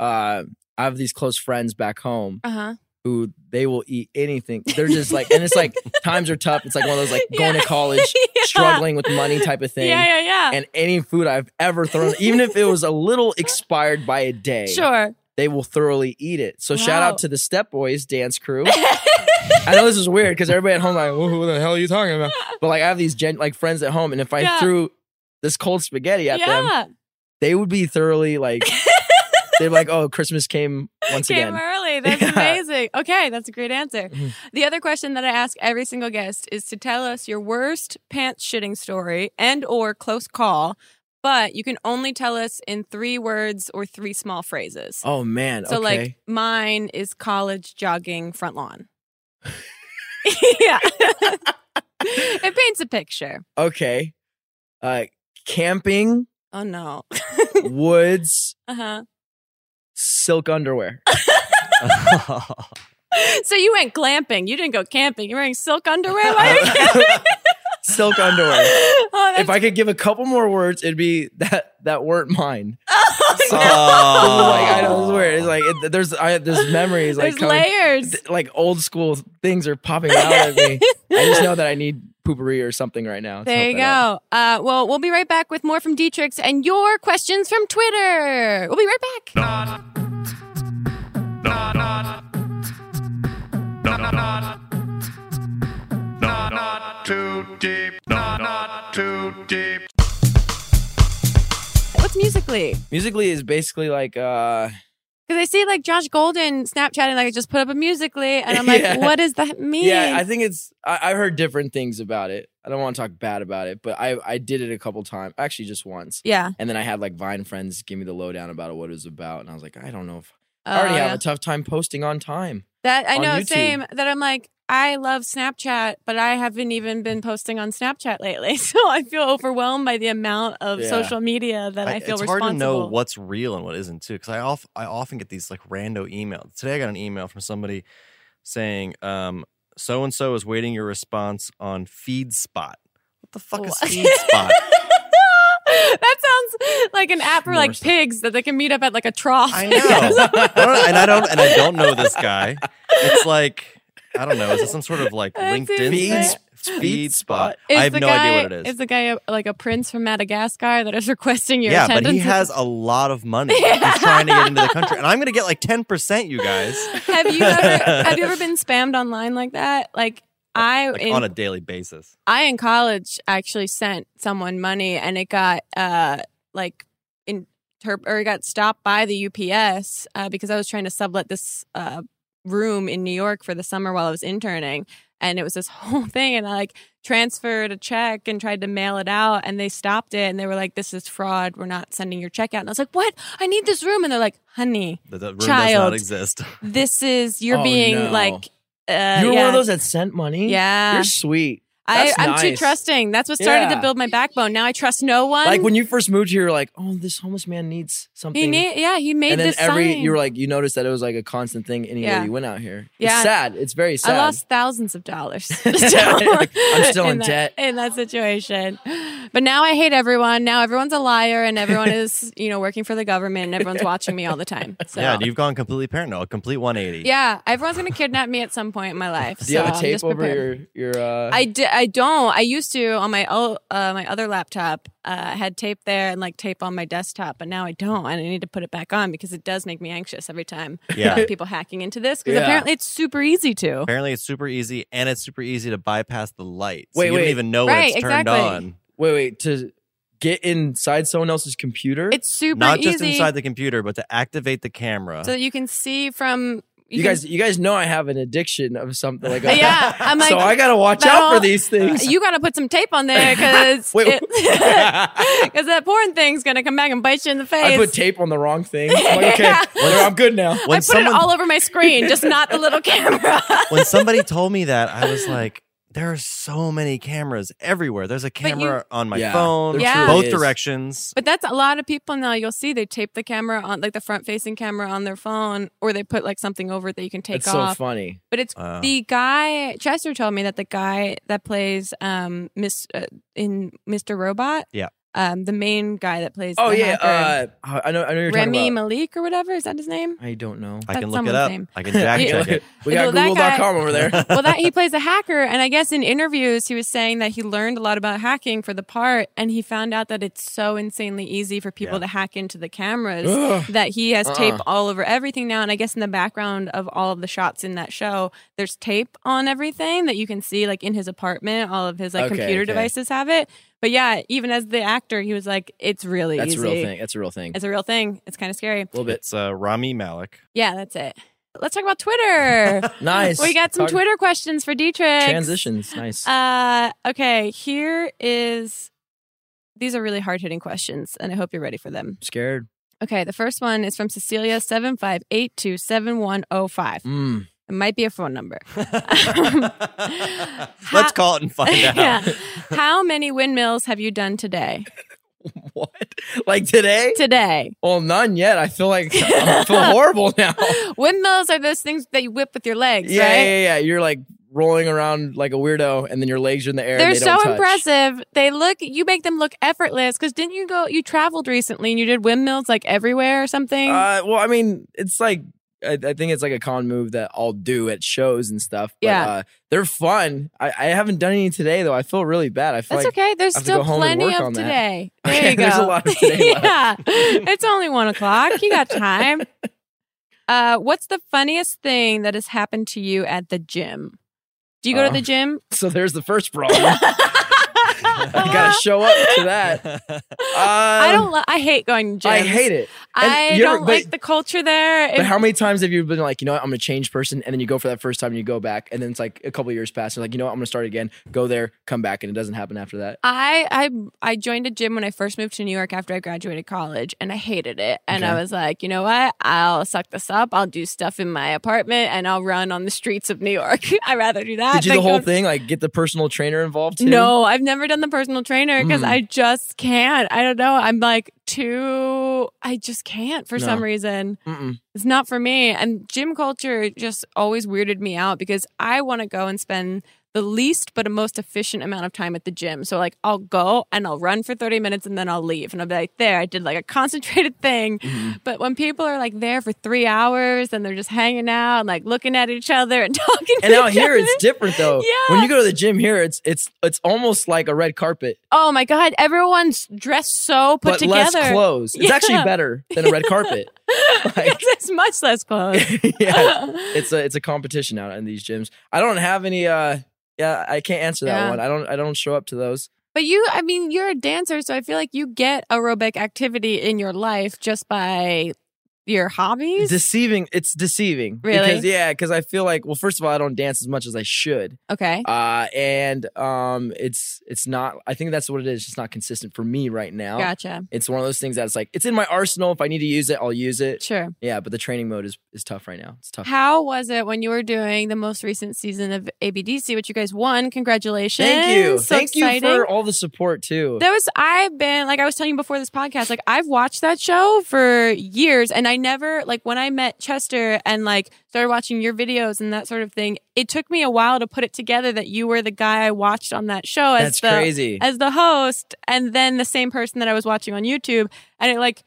Uh, I have these close friends back home Uh huh. who they will eat anything. They're just like, and it's like times are tough. It's like one of those like going to college, struggling with money type of thing. Yeah. Yeah. Yeah. And any food I've ever thrown, even if it was a little expired by a day, Sure. they will thoroughly eat it. So shout Wow. out to the Step Boys dance crew. I know this is weird because everybody at home like, "Who- who the hell are you talking about? But like, I have these gen- like friends at home, and if I Yeah. threw this cold spaghetti at them, yeah. they would be thoroughly like they're like, oh, Christmas came once came again. early. That's Yeah. amazing. Okay, that's a great answer. Mhm. The other question that I ask every single guest is to tell us your worst pants shitting story and or close call, but you can only tell us in three words or three small phrases. Oh man, so okay. like mine is college jogging front lawn. yeah. it paints a picture. okay, uh, camping, Oh no. woods, Uh-huh. silk underwear. So you went glamping. You didn't go camping. You're wearing silk underwear. Why are you silk underwear. oh, that's If I could give a couple more words, it'd be that that weren't mine. oh, like I know it's weird. It's like it, there's I, there's memories There's like coming- layers. th- like old school things are popping out at me. I just know that I need poopery or something right now. to there help you that out. go. Uh, well, we'll be right back with more from Dietrix and your questions from Twitter. We'll be right back. too deep. Not, not too deep. What's musically? Musically is basically like uh Because I see like Josh Golden Snapchatting, like I just put up a musically, and I'm like, Yeah. what does that mean? yeah, I think it's I, I heard different things about it. I don't want to talk bad about it, but I I did it a couple times, actually just once. yeah. And then I had like Vine friends give me the lowdown about what it was about, and I was like, I don't know if I already Oh, have yeah. a tough time posting on time. that. I on know, YouTube. same. That I'm like, I love Snapchat, but I haven't even been posting on Snapchat lately, so I feel overwhelmed by the amount of Yeah. social media that I, I- feel it's hard responsible. to know what's real and what isn't too because I, of, I often get these like rando emails today i got an email from somebody saying um, so and so is waiting your response on feed spot what the fuck is What? feed spot that sounds like an app for like Morrison. pigs that they can meet up at like a trough. i know I don't- and i don't and i don't know this guy it's like i don't know is it some sort of like That's linkedin insane. Feed thing? Feed spot. It's I have the no guy, idea what it is. It's the guy like a prince from Madagascar that is requesting your yeah, attendance. but he has a lot of money. He's trying to get into the country, and I'm going to get like ten percent. You guys, have you ever have you ever been spammed online like that? Like I like, in, on a daily basis. I in college actually sent someone money and it got uh like inter- or it got stopped by the UPS uh, because I was trying to sublet this uh room in New York for the summer while I was interning and it was this whole thing and I like transferred a check and tried to mail it out and they stopped it and they were like this is fraud we're not sending your check out and I was like what I need this room and they're like honey That, that room does Child. not exist. this is you're Oh, being no. like uh, you were yeah. one of those that sent money. yeah you're sweet. I, That's I'm too nice. trusting. That's what started to Yeah. build my backbone. Now I trust no one. Like when you first moved here, you were like, oh, this homeless man needs something. he made, yeah, he made and then this every sign. you were like you noticed that it was like a constant thing anywhere Yeah. you went out here. Yeah. It's sad. It's very sad. I lost thousands of dollars. I'm still in that, debt. in that situation. But now I hate everyone. Now everyone's a liar, and everyone is you know working for the government, and everyone's watching me all the time. So. Yeah, you've gone completely paranoid, a complete 180. Yeah, everyone's gonna kidnap me at some point in my life. Do you so have a I'm tape just over prepared. your your uh I, di- I don't. I used to on my o- uh, my other laptop. Uh, I had tape there and like tape on my desktop, but now I don't. And I need to put it back on because it does make me anxious every time. Yeah. about people hacking into this because Yeah. apparently it's super easy to. Apparently, it's super easy, and it's super easy to bypass the light. So Wait, you don't wait. even know when Right, it's turned exactly. on. wait, wait, to get inside someone else's computer? It's super Not just easy inside the computer, but to activate the camera. so that you can see from you, can- guys you guys know I have an addiction of something like a, yeah, I'm like, Uh, So I gotta watch that out whole- for these things. you got to put some tape on there because Wait, because that porn thing's gonna come back and bite you in the face. I put tape on the wrong thing. I'm like, okay, Yeah. well, I'm good now. I when put it all over my screen, just not the little camera. when somebody told me that, I was like, there are so many cameras everywhere. There's a you- camera on my Yeah, phone, there Yeah. truly both is. directions. But that's a lot of people now. You'll see they tape the camera on, like the front facing camera on their phone, or they put like something over it that you can take It's off. so funny. But it's Wow. the guy Chester told me that the guy that plays um Miss uh, in Mr. Robot, Yeah. um the main guy that plays Oh the yeah, hacker, uh, I know. I know you're Remy talking about. Malik or whatever is that his name? I don't know. I can that's look it someone's up. name. I can fact Yeah. check it. We Well, got that guy- Google.com over there. well, that he plays a hacker, and I guess in interviews he was saying that he learned a lot about hacking for the part, and he found out that it's so insanely easy for people Yeah. to hack into the cameras Ugh. that he has Uh-uh. tape all over everything now. And I guess in the background of all of the shots in that show, there's tape on everything that you can see, like in his apartment, all of his like Okay, computer okay. devices have it. But yeah, even as the actor, he was like, "It's really That's a easy. real thing. That's a real thing. A It's a real thing. It's kind of scary." little bit It's uh, Rami Malik. Yeah, that's it. Let's talk about Twitter. nice. we got some Talk- Twitter questions for Dietrich. transitions. Nice. Uh, okay, here is. These are really hard hitting questions, and I hope you're ready for them. scared. Okay, the first one is from Cecilia seven five eight two seven one zero five. Mm. It might be a phone number. Let's call it and find out. Yeah. How many windmills have you done today? What? Like today? Today. Well, none yet. I feel like I feel horrible now. Windmills are those things that you whip with your legs, Yeah, right? yeah, yeah. You're like rolling around like a weirdo, and then your legs are in the air. and They're they so don't touch. impressive. They look you make them look effortless cuz didn't you go you traveled recently and you did windmills like everywhere or something? Uh, well, I mean, it's like I, I think it's like a con move that I'll do at shows and stuff. But, Yeah. uh, they're fun. I, I haven't done any today though. I feel really bad. I feel That's like okay. There's I have to still go home and plenty work of on that. today. There Okay, you go. there's a lot of today left. yeah. It's only one o'clock. You got time. Uh, what's the funniest thing that has happened to you at the gym? Do you go Uh, to the gym? so. There's the first problem. I gotta show up to that. I Um, don't. Li- I hate going to gyms. I hate it. and I you're- don't but- like the culture there. But If- how many times have you been like, you know what, I'm a changed person, and then you go for that first time and you go back, and then it's like a couple years pass, and like, you know what, I'm gonna start again, go there, come back, and it doesn't happen after that. I I I joined a gym when I first moved to New York after I graduated college, and I hated it. And I Okay. was like, you know what? I'll suck this up. I'll do stuff in my apartment, and I'll run on the streets of New York. I would rather do that. Did you do than the whole go- thing? Like get the personal trainer involved too? No, I've never done the personal trainer because Mm. I just can't. I don't know. I'm like too. I just can't for No. some reason. Mm-mm. It's not for me. And gym culture just always weirded me out because I want to go and spend the least but a most efficient amount of time at the gym. So like I'll go and I'll run for 30 minutes and then I'll leave and I'll be like, there, I did like a concentrated thing. Mm-hmm. But when people are like there for three hours and they're just hanging out and like looking at each other and talking And to out each here, other- it's different though. Yeah. When you go to the gym here, it's it's it's almost like a red carpet, Oh my God, everyone's dressed so put but together. less clothes. It's Yeah. actually better than a red carpet. Like- it's much less clothes. yeah, it's a it's a competition out in these gyms. I don't have any. uh Yeah, I can't answer that Yeah. one. I don't I don't show up to those. But you, I mean, you're a dancer, so I feel like you get aerobic activity in your life just by your hobbies. Deceiving. It's deceiving. Really? Because, yeah, because I feel like well, first of all, I don't dance as much as I should. okay. Uh, and um, it's it's not. I think that's what it is. It's just not consistent for me right now. Gotcha. It's one of those things that's like it's in my arsenal. If I need to use it, I'll use it. Sure. Yeah, but the training mode is is tough right now. It's tough. How was it when you were doing the most recent season of ABDC, which you guys won? Congratulations. Thank you. So Thank exciting. you for all the support too. That was I've been like I was telling you before this podcast, like I've watched that show for years and I never like when I met Chester and like started watching your videos and that sort of thing, it took me a while to put it together that you were the guy I watched on that show as That's the crazy. as the host and then the same person that I was watching on YouTube and it like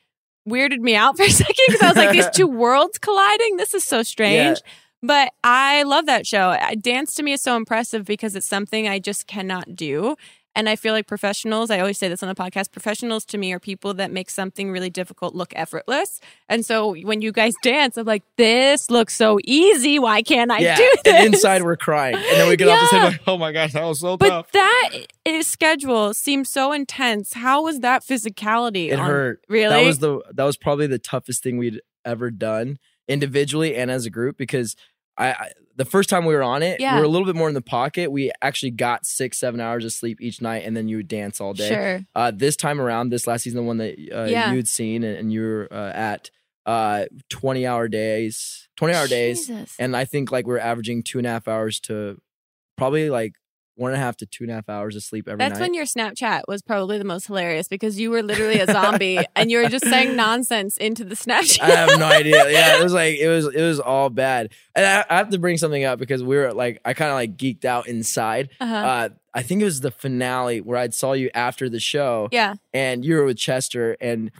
weirded me out for a second because I was like these two worlds colliding this is so strange but I love that show I- dance to me is so impressive because it's something I just cannot do and I feel like professionals I always say this on the podcast professionals to me are people that make something really difficult look effortless and so when you guys dance I'm like this looks so easy why can't I yeah. do this And inside we're crying, and then we get off the stage Yeah. like, oh my gosh, that was so tough. but that is schedule seems so intense. How was that physicality? It on- hurt. Really? That was the that was probably the toughest thing we'd ever done individually and as a group because I, I the first time we were on it, Yeah. we were a little bit more in the pocket. We actually got six, seven hours of sleep each night, and then you would dance all day. Sure. Uh, this time around, this last season, the one that uh, Yeah. you'd seen and, and you were uh, at uh, twenty hour days, twenty hour days, Jesus. and I think like we're averaging two and a half hours to probably like one and a half to two and a half hours of sleep every That's night. when your Snapchat was probably the most hilarious because you were literally a zombie and you were just saying nonsense into the I Snapchat. have no idea. Yeah, it was like it was it was all bad. And I, I have to bring something up because we were like I kind of like geeked out inside. Uh-huh. Uh, I think it was the finale where I saw you after the show, Yeah. and you were with Chester, and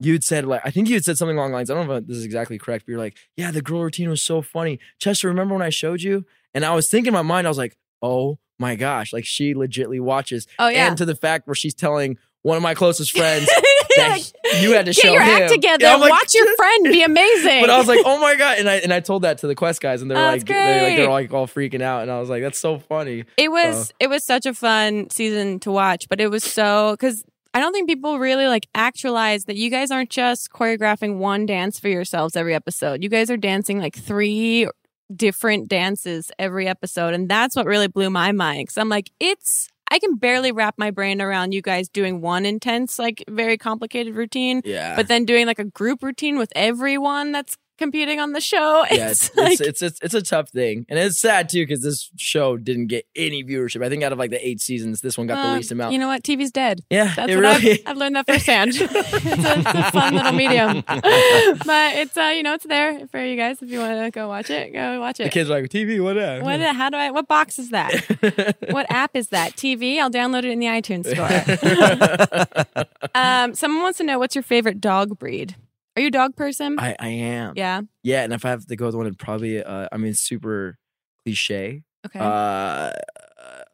you'd said like I think you had said something along the lines. I don't know if this is exactly correct, but you're like, yeah, the girl routine was so funny. Chester, remember when I showed you? And I was thinking in my mind, I was like, oh my gosh, like she legitly watches. Oh yeah. And to the fact where she's telling one of my closest friends that you had to Get show your him. act together. Yeah, I'm like, Watch your friend be amazing. but I was like, oh my god, and I and I told that to the quest guys, and they're Oh, like, that's they're like, great. they're like all freaking out, and I was like, that's so funny. It was it was such a fun season to watch, but it was so because I don't think people really like actualize that you guys aren't just choreographing one dance for yourselves every episode. You guys are dancing like three different dances every episode, and that's what really blew my mind. Because I'm like, it's I can barely wrap my brain around you guys doing one intense, like very complicated routine, Yeah, but then doing like a group routine with everyone that's competing on the show. yeah, It's, it's like it's, it's it's it's a tough thing, and it's sad too because this show didn't get any viewership. I think out of like the eight seasons, this one got uh, the least amount. You know what? TV's dead. yeah, That's it what really. I've, I've learned that firsthand. it's, a, it's a fun little medium, but it's uh, you know it's there for you guys if you want to go watch it. Go watch the it. kids are like TV. What? up?" What? uh, How do I? What box is that? What app is that? TV. I'll download it in the iTunes store. um, someone wants to know what's your favorite dog breed. Are you a dog person? I I am. Yeah. yeah. and if I have to go with one, it'd probably uh, I mean, super cliche. Okay. Uh,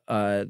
uh, the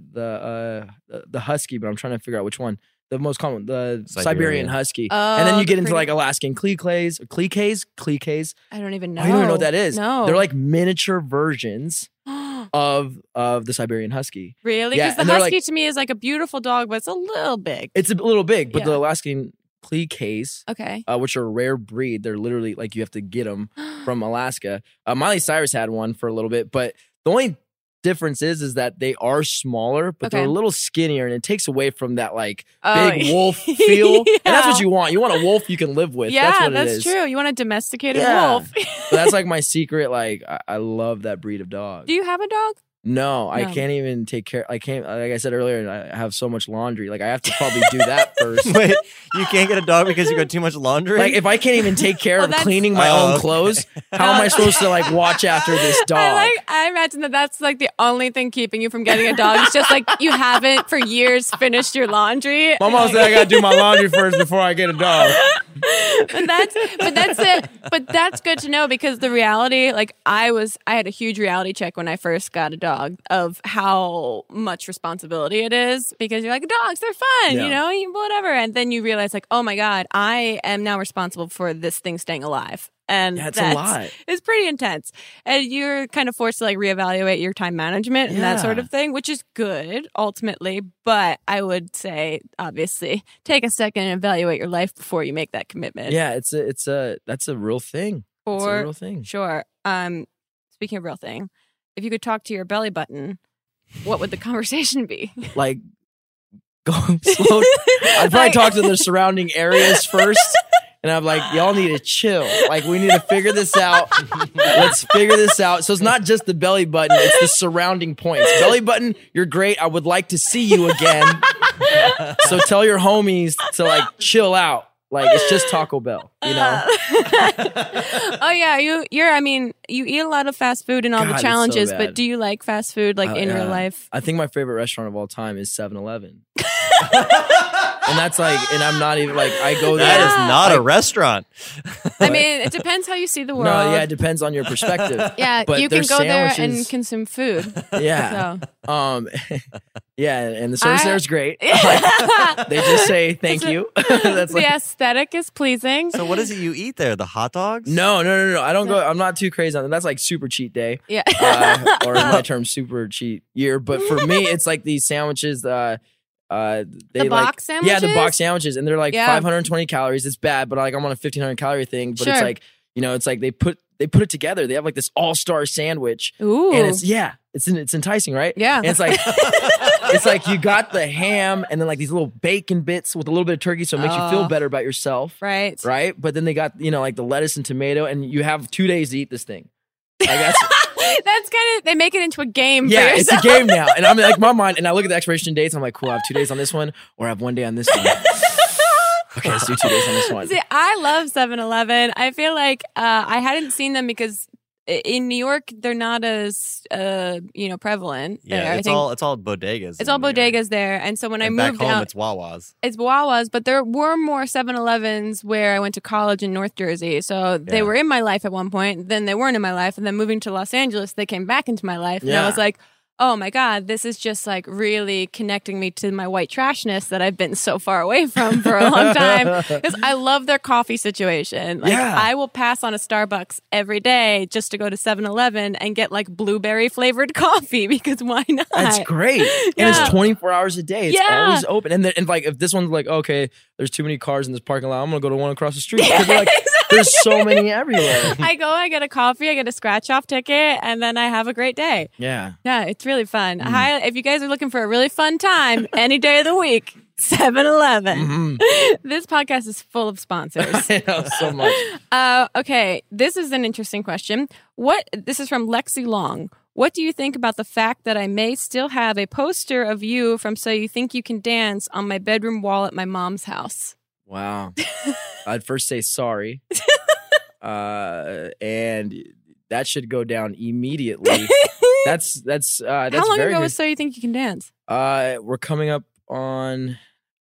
uh, the- the husky, but I'm trying to figure out which one. The most common, the Siberian, Siberian. husky, Oh, and then you the get into pretty- like Alaskan Kleeklays, Kleekays, Kleekays. I don't even know. I Oh, don't even know what that is. No. They're like miniature versions like of of the Siberian husky. really Yeah, because the and they're husky like- to me is like a beautiful dog, but it's a little big. It's a little big, but Yeah. the Alaskan Kleekays, Okay. uh, which are a rare breed, they're literally like you have to get them from Alaska. Uh, Miley Cyrus had one for a little bit, but the only difference is is that they are smaller, but Okay. they're a little skinnier, and it takes away from that like Oh, big wolf feel. And that's yeah. what you want. You want a wolf you can live with. yeah, that's what it is. true. You want a domesticated Yeah. wolf. So that's like my secret. Like I, I love that breed of dog. Do you have a dog? No, I No. can't even take care. I can't. Like I said earlier, I have so much laundry. Like I have to probably do that first. Wait, you can't get a dog because you got too much laundry? Like if I can't even take care Oh, of that's- Oh. cleaning my Oh, own okay. clothes, how am I supposed to like watch after this dog? I like. I imagine that that's like the only thing keeping you from getting a dog. It's just like you haven't for years finished your laundry. my mom said I gotta do my laundry first before I get a dog. but that's but that's it. But that's good to know because the reality, like I was, I had a huge reality check when I first got a dog of how much responsibility it is. Because you're like dogs, they're fun, Yeah. you know, you- whatever. And then you realize, like, oh my god, I am now responsible for this thing staying alive. And Yeah, it's a that's lot. It's pretty intense, and you're kind of forced to like reevaluate your time management and that sort Yeah. of thing, which is good ultimately. But I would say, obviously, take a second and evaluate your life before you make that commitment. Yeah, it's a, it's a that's a real thing. It's a For real thing. sure. Um, speaking of real thing, if you could talk to your belly button, what would the conversation be? Like go slow. I'd probably Like- talk to the surrounding areas first. And I'm like, y'all need to chill. Like, we need to figure this out. Let's figure this out. So it's not just the belly button, it's the surrounding points. Belly button, you're great. I would like to see you again. so tell your homies to like chill out. Like, it's just Taco Bell, you know? oh yeah, you you're. I mean, you eat a lot of fast food and all God, the it's so challenges, bad. but do you like fast food like Oh, in yeah. your life? I think my favorite restaurant of all time is 7 Eleven. and that's like, and I'm not even like, I go there. That is Yeah. not a restaurant. I mean, it depends how you see the world. no, yeah, it depends on your perspective. Yeah, but you can their go there and sandwiches- consume food. Yeah. So. Um, yeah, and the service I- there is great. They just say thank It's a- you. That's like the aesthetic is pleasing. So what is it you eat there? The hot dogs? no, no, no, no. I don't go. I'm not too crazy on that. That's like super cheat day, yeah. uh, or in my term, super cheat year. But for me, it's like these sandwiches. Uh, uh, they The like, box Yeah, the box sandwiches? sandwiches, and they're like Yeah. 520 calories. It's bad, but like I'm on a 1500 calorie thing. But it's Sure. like you know, it's like they put they put it together. They have like this all star sandwich, Ooh. and it's yeah, it's it's enticing, right? yeah. And it's like it's like you got the ham and then like these little bacon bits with a little bit of turkey, so it makes you feel Oh. better about yourself, right. right. But then they got you know like the lettuce and tomato, and you have two days to eat this thing. Like that's, That's kind of they make it into a game. for yeah, it's a yourself. game now, and I'm like my mind, and I look at the expiration dates. I'm like, cool, I have two days on this one, or I have one day on this one. okay, let's do two days on this one. See, I love 7-Eleven. I feel like uh, I hadn't seen them because i- in New York they're not as uh, you know prevalent. Yeah, there. I it's think all it's all bodegas. it's in all New York. bodegas there, and so when And I back moved home, out, it's Wawa's. it's Wawa's, but there were more 7-Elevens where I went to college in North Jersey. So they Yeah. were in my life at one point, then they weren't in my life, and then moving to Los Angeles, they came back into my life. And Yeah. I was like, "Oh my god, this is just like really connecting me to my white trashness that I've been so far away from for a long time." Cuz I love their coffee situation. Like Yeah. I will pass on a Starbucks every day just to go to 7-Eleven and get like blueberry flavored coffee because why not? That's great. And Yeah. it's 24 hours a day. It's Yeah. always open. And then, and like, if this one's like, okay, there's too many cars in this parking lot, I'm going to go to one across the street. 'Cause they're like, there's so many everywhere. I go, I get a coffee, I get a scratch off ticket, and then I have a great day. Yeah. Yeah, it's really fun. Mm. Hi, if you guys are looking for a really fun time, any day of the week, 7 11 Mm. This podcast is full of sponsors. I know so much. uh, okay, this is an interesting question. What this is from Lexi Long. What do you think about the fact that I may still have a poster of you from So You Think You Can Dance on my bedroom wall at my mom's house? Wow. I'd first say sorry. Uh, and that should go down immediately. That's, that's, uh, that's How long very ago good. was So You Think You Can Dance? uh, we're coming up on,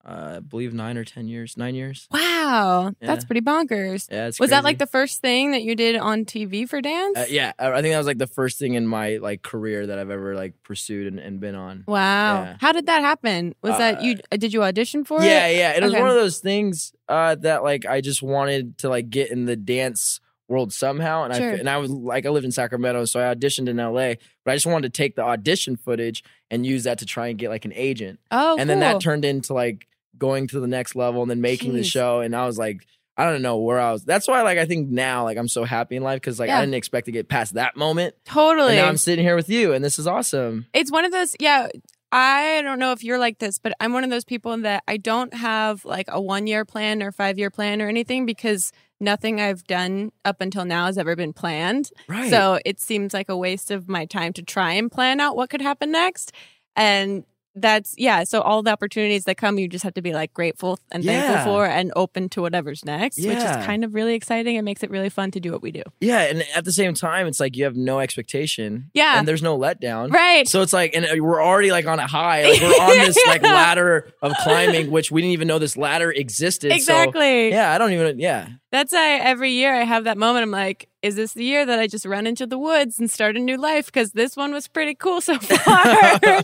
uh, I believe nine or 10 years, nine years. Wow, that's Yeah. pretty bonkers. Yeah. It's was that like crazy. the first thing that you did on TV for dance? Uh, yeah, I I think that was like the first thing in my like career that I've ever like pursued and, and been on. Wow. Yeah. How did that happen? Was that Uh, you? uh, Did you audition for Yeah, it? yeah. It was Okay. one of those things uh, that like I just wanted to like get in the dance world somehow, and Sure. I and I was like I lived in Sacramento, so I auditioned in L.A. But I just wanted to take the audition footage and use that to try and get like an agent, Oh, and then that cool. turned into like going to the next level and then making the Jeez. show, and I was like. I don't know where I was. That's why, like, I think now, like, I'm so happy in life because, like, Yeah. I didn't expect to get past that moment. And totally. now I'm sitting here with you, and this is awesome. it's one of those. Yeah. I don't know if you're like this, but I'm one of those people that I don't have like a one year plan or five year plan or anything because nothing I've done up until now has ever been planned. Right. So it seems like a waste of my time to try and plan out what could happen next. And that's, yeah. So all the opportunities that come, you just have to be like grateful and Yeah. thankful for and open to whatever's next, which Yeah. is kind of really exciting. It makes it really fun to do what we do. yeah, and at the same time, it's like you have no expectation. Yeah. and there's no letdown. Right. So it's like, and uh, we're already like on a high. Like we're on this like Yeah. ladder of climbing, which we didn't even know this ladder existed. So, exactly. yeah, I don't even. Yeah, That's why every year I have that moment. I'm like, is this the year that I just run into the woods and start a new life? Because this one was pretty cool so far.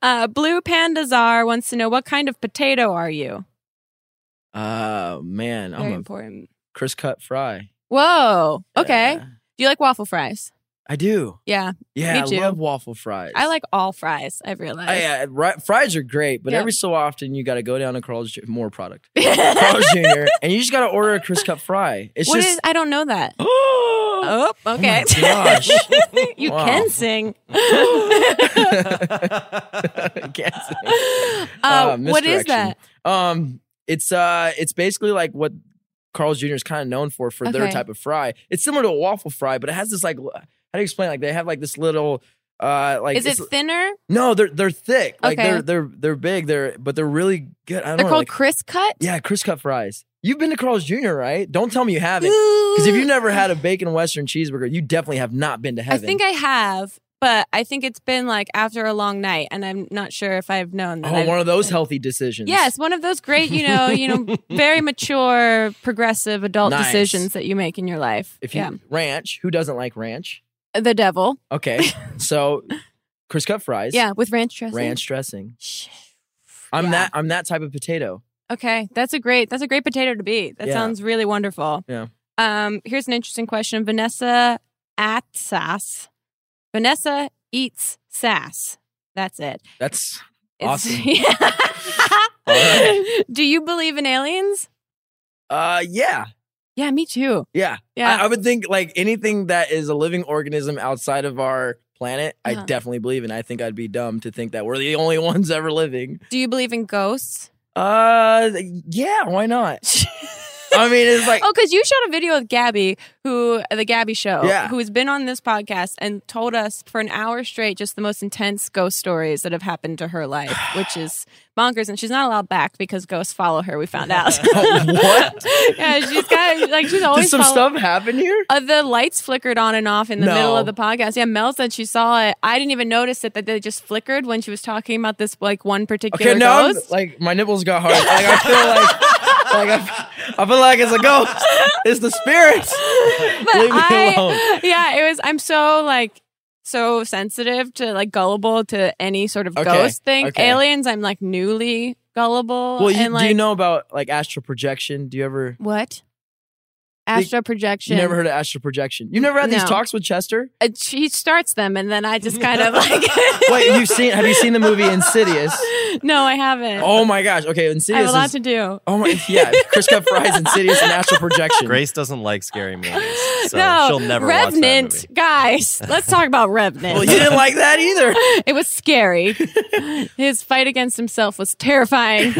uh, Blue Panda Czar wants to know what kind of potato are you? uh, man, Very I'm a important. Chris cut fry. Whoa. Okay. Yeah. Do you like waffle fries? I do. Yeah. Yeah, Me I too. love waffle fries. I like all fries, I've realized. I, uh, ri- fries are great, but Yeah. every so often you got to go down to Carl's Ju- more product, Carl's Jr. and you just got to order a Chris Cut fry. Oh, It's What just is- I don't know that. oh, Oh, okay. my gosh. you Wow. Uh, can sing. I can't say. Uh, what is that? misdirection. Um, it's uh, it's basically like what Carl's Jr. is kind of known for for their Okay. type of fry. It's similar to a waffle fry, but it has this like l- how do you explain? Like they have like this little uh, like Is it it's- thinner? no, they're they're thick. Like Okay. they're they're they're big. They're but they're really good. I don't They're know. called like- Chris Cut? yeah, Chris Cut fries. You've been to Carl's Jr. right? Don't tell me you haven't. Because Because if you've never had a bacon western cheeseburger, you definitely have not been to I heaven. think I have, but I think it's been like after a long night, and I'm not sure if I've known that. oh, I've- one of those healthy decisions. yes, one of those great, you know, you know, very mature, progressive adult Nice. decisions that you make in your life. If you ranch, who doesn't like ranch? yeah, the devil, Okay, so Chris Cut fries. yeah, with ranch dressing. ranch dressing. Shh. I'm Yeah. that. I'm that type of potato. Okay, that's a great that's a great potato to be. That Yeah. sounds really wonderful. Yeah. Um, here's an interesting question. Vanessa Atsas. Vanessa eats sass. That's it. That's It's- Awesome. Yeah. All right. Do you believe in aliens? uh, yeah, Yeah, me too. yeah. Yeah. I, I would think like anything that is a living organism outside of our planet, Uh-huh. I definitely believe in. I think I'd be dumb to think that we're the only ones ever living. Do you believe in ghosts? Uh, yeah. Why not? I mean, it's like Oh, because you shot a video with Gabby, who the Gabby Show, Yeah. who has been on this podcast and told us for an hour straight just the most intense ghost stories that have happened to her life, which is bonkers. And she's not allowed back because ghosts follow her. We found out. What? yeah, she's got like she's Oh. always did some follow- stuff happen here? Uh, the lights flickered on and off in the No. middle of the podcast. Yeah, Mel said she saw it. I didn't even notice it that they just flickered when she was talking about this like one particular Okay, now I'm- ghost. like my nipples got hard. Like I feel like like I, I feel like it's a ghost. It's the spirits. but Leave me I, alone. yeah, it was. I'm so like so sensitive to like gullible to any sort of Okay, ghost thing. okay. Aliens, I'm like newly gullible. Well, you, and, like, do you know about like astral projection? Do you ever? what? Astral projection. You never heard of astral projection? You never had these No. talks with Chester? Uh, she starts them, and then I just kind of like. Wait, you've seen? Have you seen the movie Insidious? no, I haven't. Oh my gosh! Okay, I have Insidious. a lot is, to do. oh my yeah, Chris Cut Fries, Insidious, and astral projection. Grace doesn't like scary movies, so no, she'll never watch that Revenant, movie. guys. Let's talk about Revenant. Well, you didn't like that either. it was scary. His fight against himself was terrifying.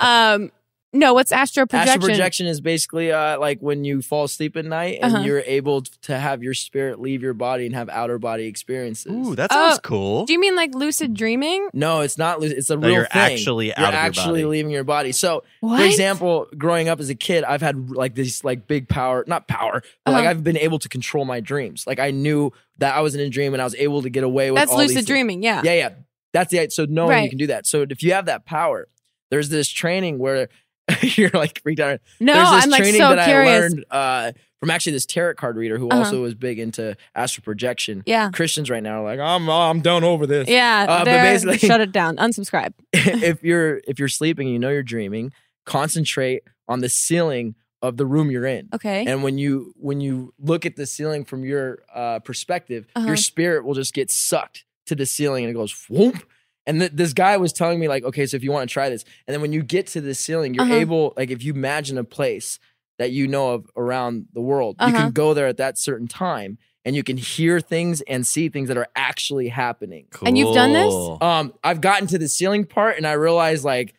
um, no, what's astro projection? Astral projection is basically uh, like when you fall asleep at night and Uh-huh. you're able to have your spirit leave your body and have outer body experiences. Ooh, that Oh, sounds cool. Do you mean like lucid dreaming? no, it's not. lu- It's a No, real you're thing. actually out You're of your actually body. leaving your body. So, What? for example, growing up as a kid, I've had like this like big power, not power, but like Uh-huh. I've been able to control my dreams. Like I knew that I was in a dream and I was able to get away with That's all these lucid things. dreaming. Yeah. Yeah, yeah. That's the so knowing Right. you can do that. So if you have that power, there's this training where you're like freaked out. No, There's this I'm like training so that curious. I learned uh, from actually this tarot card reader who Uh-huh. also was big into astral projection. Yeah. Christians right now are like, I'm I'm done over this. Yeah. Uh, but they're- basically- shut it down. Unsubscribe. if you're if you're sleeping, you know you're dreaming. Concentrate on the ceiling of the room you're in. Okay. And um, when you when you look at the ceiling from your uh, perspective, Uh-huh. your spirit will just get sucked to the ceiling and it goes whoomp. And th- this guy was telling me like, okay, so if you want to try this, and then when you get to the ceiling, you're Uh-huh. able like if you imagine a place that you know of around the world, you Uh-huh. can go there at that certain time and you can hear things and see things that are actually happening. Cool. And you've done this? Um, I've gotten to the ceiling part and I realized like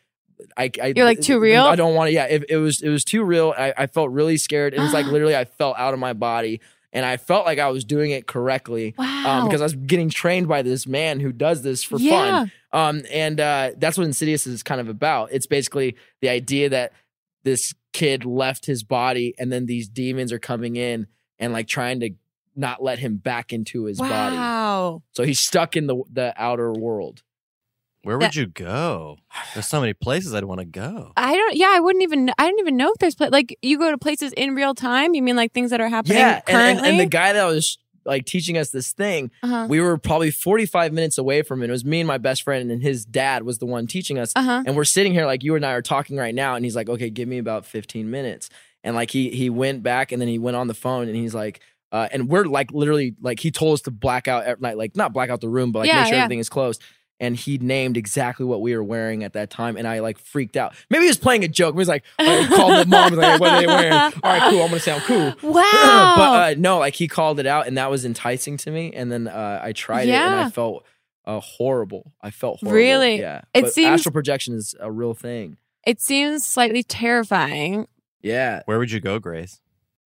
I, I You're like, "Too real?" I don't want to. Yeah, it, it was it was too real. I, I felt really scared. It was like literally I fell out of my body, and I felt like I was doing it correctly Wow. um, because I was getting trained by this man who does this for Yeah. fun. Um, and uh, that's what Insidious is kind of about. It's basically the idea that this kid left his body, and then these demons are coming in and like trying to not let him back into his body. wow. So he's stuck in the the outer world. Where That- would you go? There's so many places I'd want to go. I don't. Yeah, I wouldn't even. I don't even know if there's pla- like you go to places in real time. You mean like things that are happening Yeah, and, and, currently? and the guy that was like teaching us this thing uh-huh. we were probably 45 minutes away from it. It was me and my best friend, and his dad was the one teaching us. uh-huh. And we're sitting here like you and I are talking right now, and he's like, "Okay, give me about 15 minutes." And like he he went back, and then he went on the phone, and he's like, uh, "And we're like literally like he told us to black out at night, like not black out the room, but like Yeah, make sure yeah. everything is closed." And he named exactly what we were wearing at that time, and I like freaked out. Maybe he was playing a joke. He was like, I called the mom, like, "What are they wearing?" All right, cool. I'm gonna sound cool. Wow. but uh, no, like he called it out, and that was enticing to me. And then uh, I tried it, and Yeah. I felt uh, horrible. I felt horrible. Really? yeah. It but seems- astral projection is a real thing. it seems slightly terrifying. Yeah, Where would you go, Grace?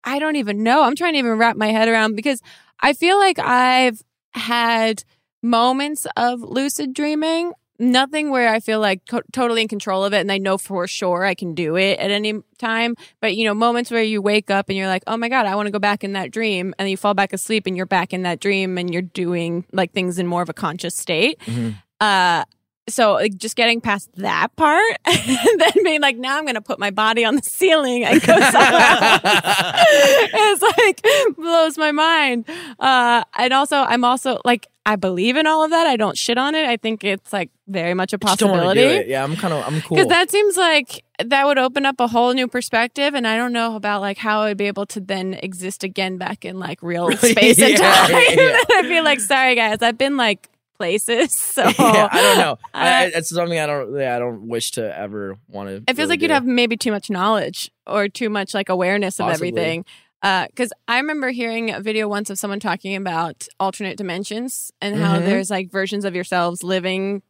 I don't even know. I'm trying to even wrap my head around because I feel like I've had moments of lucid dreaming. Nothing where I feel like co- totally in control of it and I know for sure I can do it at any time. But, you know, moments where you wake up and you're like, oh my God, I want to go back in that dream. And you fall back asleep and you're back in that dream and you're doing like things in more of a conscious state. Mhm. Uh, so like just getting past that part and then being like, now I'm going to put my body on the ceiling and go somewhere else it's like blows my mind. Uh, and also, I'm also like I believe in all of that. I don't shit on it. I think it's like very much a I just don't want to do it. possibility Yeah, I'm kind of I'm cool. because that seems like that would open up a whole new perspective. And I don't know about like how I'd be able to then exist again back in like real space and Yeah, time. yeah, yeah. I'd be like, sorry guys, I've been like places. So yeah, I don't know. I, I- I, it's something I don't. Yeah, I don't wish to ever want to. It feels like you'd have maybe too much knowledge or too much like awareness of Possibly. everything. Because I remember hearing a video once of someone talking about alternate dimensions and how Mhm. there's like versions of yourselves living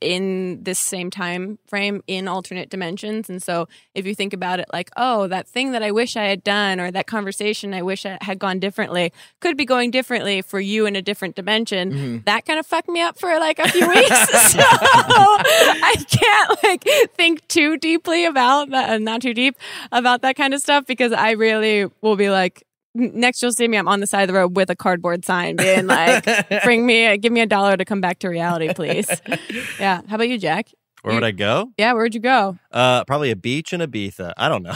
in this same time frame in alternate dimensions. And so if you think about it, like, oh, that thing that I wish I had done or that conversation I wish I had gone differently could be going differently for you in a different dimension Mhm. that kind of fucked me up for like a few weeks. so I can't like think too deeply about that, uh, not too deep about that kind of stuff because I really will be like, n- next you'll see me, I'm on the side of the road with a cardboard sign being like, bring me, give me a dollar to come back to reality, please. Yeah. How about you, Jack? Where would I go? Yeah. Where'd you go? Uh, probably a beach in Ibiza. I don't know.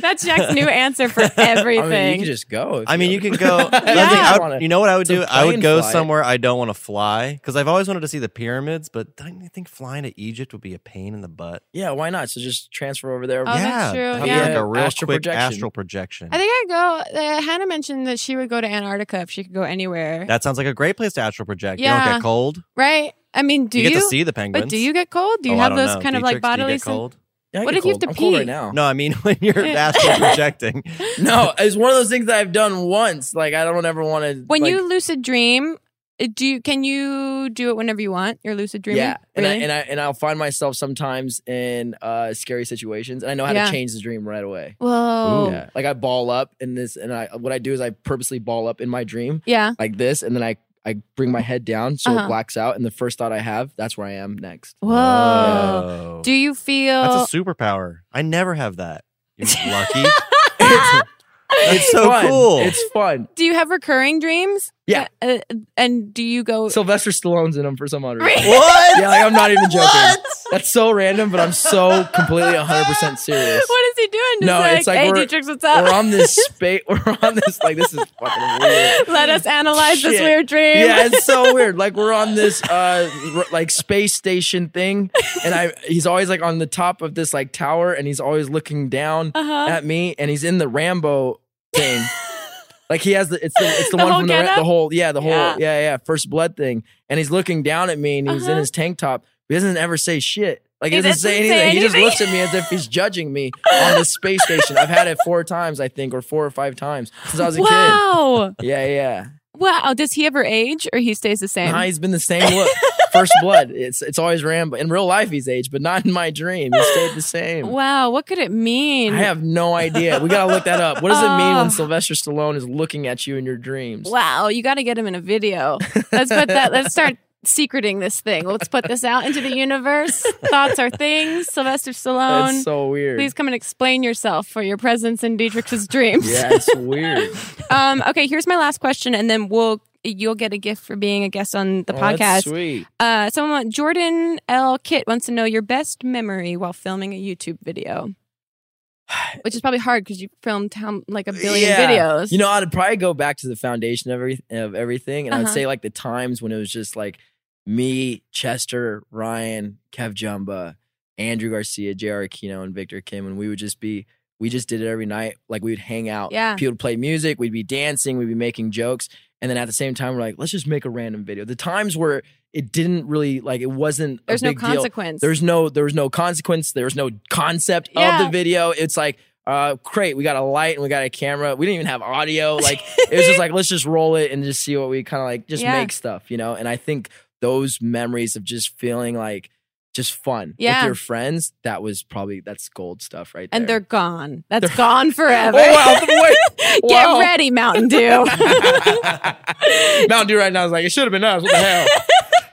That's Jack's new answer for I everything. mean, you can just go. if I mean, you want. can go. Nothing- I would- Wanna- you know what I would it's a do? I would plane go flight. somewhere I don't want to fly because I've always wanted to see the pyramids, but I think flying to Egypt would be a pain in the butt. Yeah, why not? So just transfer over there. Oh, yeah, that's true, that'd be yeah. like a real Astral quick projection. astral projection. I think I go. Uh, Hannah mentioned that she would go to Antarctica if she could go anywhere, that sounds like a great place to astral project. You don't Yeah. get cold. right? I mean, do you, you? get to see the penguins. But do you get cold? Do you Oh, I have don't those know. kind of Dietrich, like do you bodily get cold? Yeah, I What get if you have cold. to I'm cold pee? right now? No, I mean when you're astral projecting. No, it's one of those things that I've done once. Like I don't ever want to. When you lucid dream, uh, do you, can you do it whenever you want? You're lucid dreaming. yeah, and I Really? and I and I'll find myself sometimes in uh scary situations, and I know how Yeah. Oh. to change the dream right away. Whoa. Ooh. yeah. Yeah, like I ball up in this, and I what I do is I purposely ball up in my dream like this, and then I I bring my head down so Uh-huh. Oh. it blacks out, and the first thought I have that's where I am next. Whoa. Oh. Whoa. Do you feel? That's a superpower. I never have that. You're lucky. it's, it's so Fun. cool. It's fun. do you have recurring dreams? Yeah. Uh, uh, and do you go? Sylvester Stallone's in them for some odd reason. what? yeah, like I'm not even joking. That's so random, but I'm so completely 100 percent serious. What is he doing? Just No, like, it's like hey, we're- Dietrich, what's up? We're on this space. We're on this like this is fucking weird. Let us analyze this Shit. weird dream. Yeah, it's so weird. Like we're on this uh r- like space station thing, and I he's always like on the top of this like tower, and he's always looking down Uh-huh. at me, and he's in the Rambo thing. Like he has the it's the it's the, The one whole from the, ra- getup? the whole yeah the whole Yeah. yeah yeah first blood thing, and he's looking down at me, and he's in Uh-huh. his tank top. He doesn't ever say shit. Like he, He doesn't, say, doesn't anything. say He just anything. looks at me as if he's judging me on this space station. I've had it four times, I think, or four or five times since I was a Wow. kid. Yeah, yeah. Wow. Does he ever age or he stays the same? Nah, he's been the same look. First blood. It's it's always Rambo. In real life, he's aged, but not in my dream. He stayed the same. Wow, what could it mean? I have no idea. We gotta look that up. What does it Oh. mean when Sylvester Stallone is looking at you in your dreams? wow, you got to get him in a video. Let's put that. Let's start secreting this thing. Let's put this out into the universe. Thoughts are things. Sylvester Stallone, That's so weird. please come and explain yourself for your presence in Dietrich's dreams. Yeah, it's weird. Um, okay, here's my last question, and then we'll you'll get a gift for being a guest on the Oh, podcast. That's sweet. Uh, someone Jordan L. Kit wants to know your best memory while filming a YouTube video, which is probably hard because you filmed how, like a billion Yeah. videos. You know, I'd probably go back to the foundation of, every, of everything, and Uh-huh. I'd say like the times when it was just like me, Chester, Ryan, Kev Jumba, Andrew Garcia, J.R. Aquino, and Victor Kim, and we would just be. We just did it every night. Like we would hang out. Yeah. People would play music. We'd be dancing. We'd be making jokes. And then at the same time, we're like, let's just make a random video. The times where it didn't really like it wasn't there's a no big deal. consequence. There's no there was no consequence. There was no concept of Yeah. the video. It's like uh great, we got a light and we got a camera. We didn't even have audio. Like it was just like let's just roll it and just see what we kind of like just Yeah. make stuff, you know? And I think those memories of just feeling like just fun Yeah. with your friends, that was probably that's gold stuff right there. and they're gone. That's gone forever. Oh, wow, wait. Get Wow. ready, Mountain Dew. Mountain Dew right now is like it should have been us. What the hell?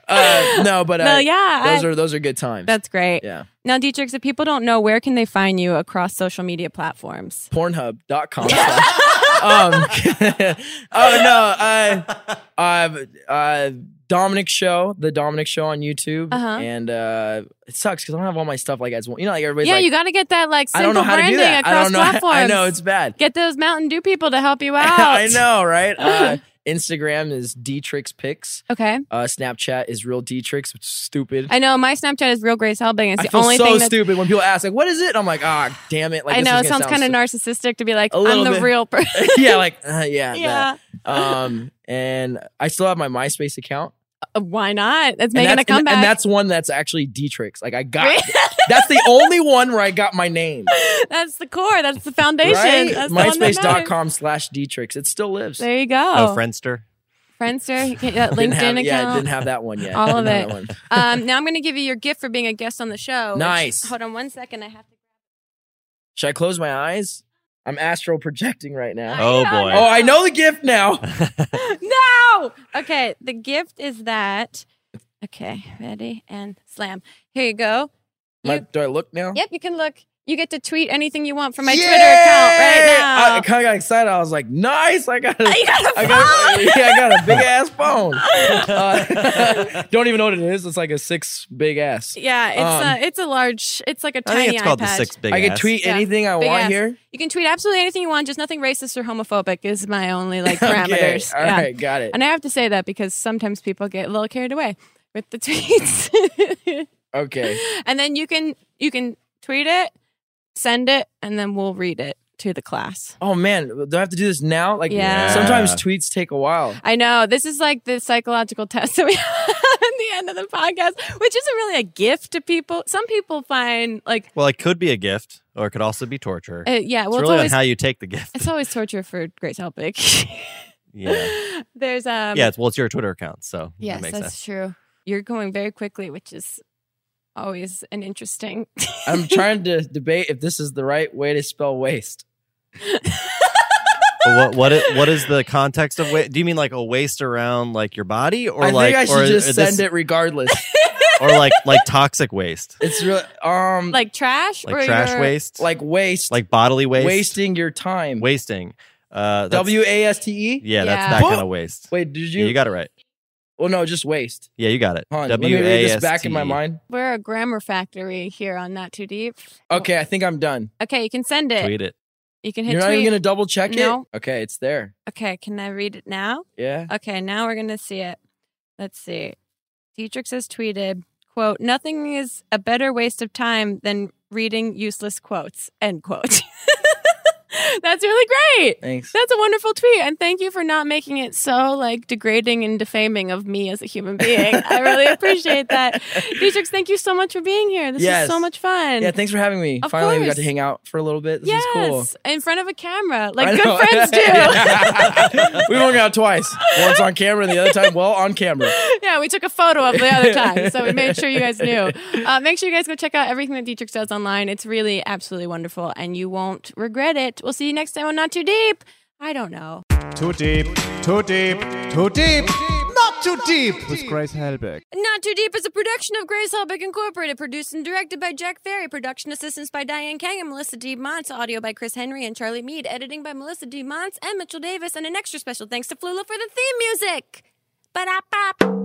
Uh, no, but uh, no, yeah, those I- are those are good times. that's great. yeah. Now, Dietrich, if people don't know, where can they find you across social media platforms? pornhub.com slash- um, oh no uh, uh, uh, dominic show the dominic show on youtube Uh-huh. and uh, it sucks because i don't have all my stuff like as one you know like everybody's yeah, like you got to get that like i don't simple know how to branding do that i across don't know platforms. i know it's bad get those Mountain Dew people to help you out. i know right uh, instagram is dietrich's pics Okay. uh, snapchat is real dietrich's which is stupid I know my Snapchat is real Grace Helbing. It's I the feel only so thing that's stupid when people ask like what is it i'm like ah damn it like I this know is it gonna sounds sound kind of narcissistic to be like, A I'm little the bit. real person. stu- yeah like uh, yeah that. yeah. um and i still have my myspace account Uh, Why not? It's and making that's, a comeback. And, and that's one that's actually Dietrich's. Like I got Really? that's the only one where I got my name. That's the core. That's the foundation. Right? That's the one that matters. MySpace.com slash Dietrich's. It still lives. There you go. Oh, Friendster. Friendster, you get that LinkedIn Didn't have- account. Yeah, I didn't have that one yet. All of Didn't have it. that one. um, now I'm going to give you your gift for being a guest on the show. which- Nice. hold on one second. I have to. Should I close my eyes? I'm astral projecting right now. Oh, I don't boy. Oh, I know the gift now. Oh. no. Okay. The gift is that. Okay. Ready and slam. Here you go. Am I- You- do I look now? Yep. You can look. You get to tweet anything you want from my Twitter account right Yay! now. I, kind of got excited. I was like, nice. I got a, You got a I got, phone? yeah, I got a big ass phone. Uh, don't even know what it is. It's like a six big ass. Yeah, it's Um, a it's a large, it's like a I tiny think it's called the iPad. six big I can ass. tweet Yeah. anything I Big want ass. here. You can tweet absolutely anything you want, just nothing racist or homophobic is my only like parameters. Okay. All Yeah. right, got it. And I have to say that because sometimes people get a little carried away with the tweets. Okay. and then you can you can tweet it, send it, and then we'll read it to the class. Oh man, do I have to do this now? Like Yeah. sometimes Yeah. tweets take a while. I know this is like the psychological test that we have at the end of the podcast, which isn't really a gift to people. Some people find like, Well, it could be a gift or it could also be torture. uh, yeah, well, it's it's, really always on how you take the gift. it's always torture for Grace Helbig. yeah. There's um yeah. It's, well, it's your Twitter account. So yes, that makes that's sense. true. You're going very quickly, which is always an interesting. I'm trying to debate if this is the right way to spell waste. But what, what, i- what is the context of waste? Do you mean like a waste around like your body or I like, think I or, should just or send this- it regardless. or like, like toxic waste, it's really um like, like trash or like trash your- waste, waste, like bodily waste, wasting your time. wasting. Uh, that's- W A S T E. Yeah, Yeah. that's that kind What? of waste. Wait, did Yeah, you? you got it right. well, no, just waste. Yeah, you got it. Hold on, let me read this back in my W A S E. mind. We're a grammar factory here on Not Too Deep. Okay, I think I'm done. Okay, you can send T E. it. Tweet it. You can hit You're not tweet. even gonna double check No. it. Okay, it's there. Okay, can I read it now? Yeah. Okay, now we're gonna see it. Let's see. Dietrich has tweeted, quote, nothing is a better waste of time than reading useless quotes, end quote. That's really great. Thanks. That's a wonderful tweet, and thank you for not making it so like degrading and defaming of me as a human being. I really appreciate that. Dietrich, thank you so much for being here. This Yes. was so much fun. Yeah, thanks for having me. Of Finally, we got to course. hang out for a little bit. This yes, is cool. in front of a camera, like I good know. friends do. yeah. Yeah. We've only got twice. Once on camera, and the other time, well, on camera. we took a photo of the other time, so we made sure you guys knew. Uh, make sure you guys go check out everything that Dietrich does online. It's really absolutely wonderful, and you won't regret it. We'll see you next time on Not Too Deep. I don't know. Too deep, too deep, too deep, not too deep with Grace Helbig. Not Too Deep is a production of Grace Helbig Incorporated, produced and directed by Jack Ferry, production assistance by Diane Kang and Melissa D. Montz, audio by Chris Henry and Charlie Mead, editing by Melissa D. Montz and Mitchell Davis, and an extra special thanks to Flula for the theme music. Ba-da-ba.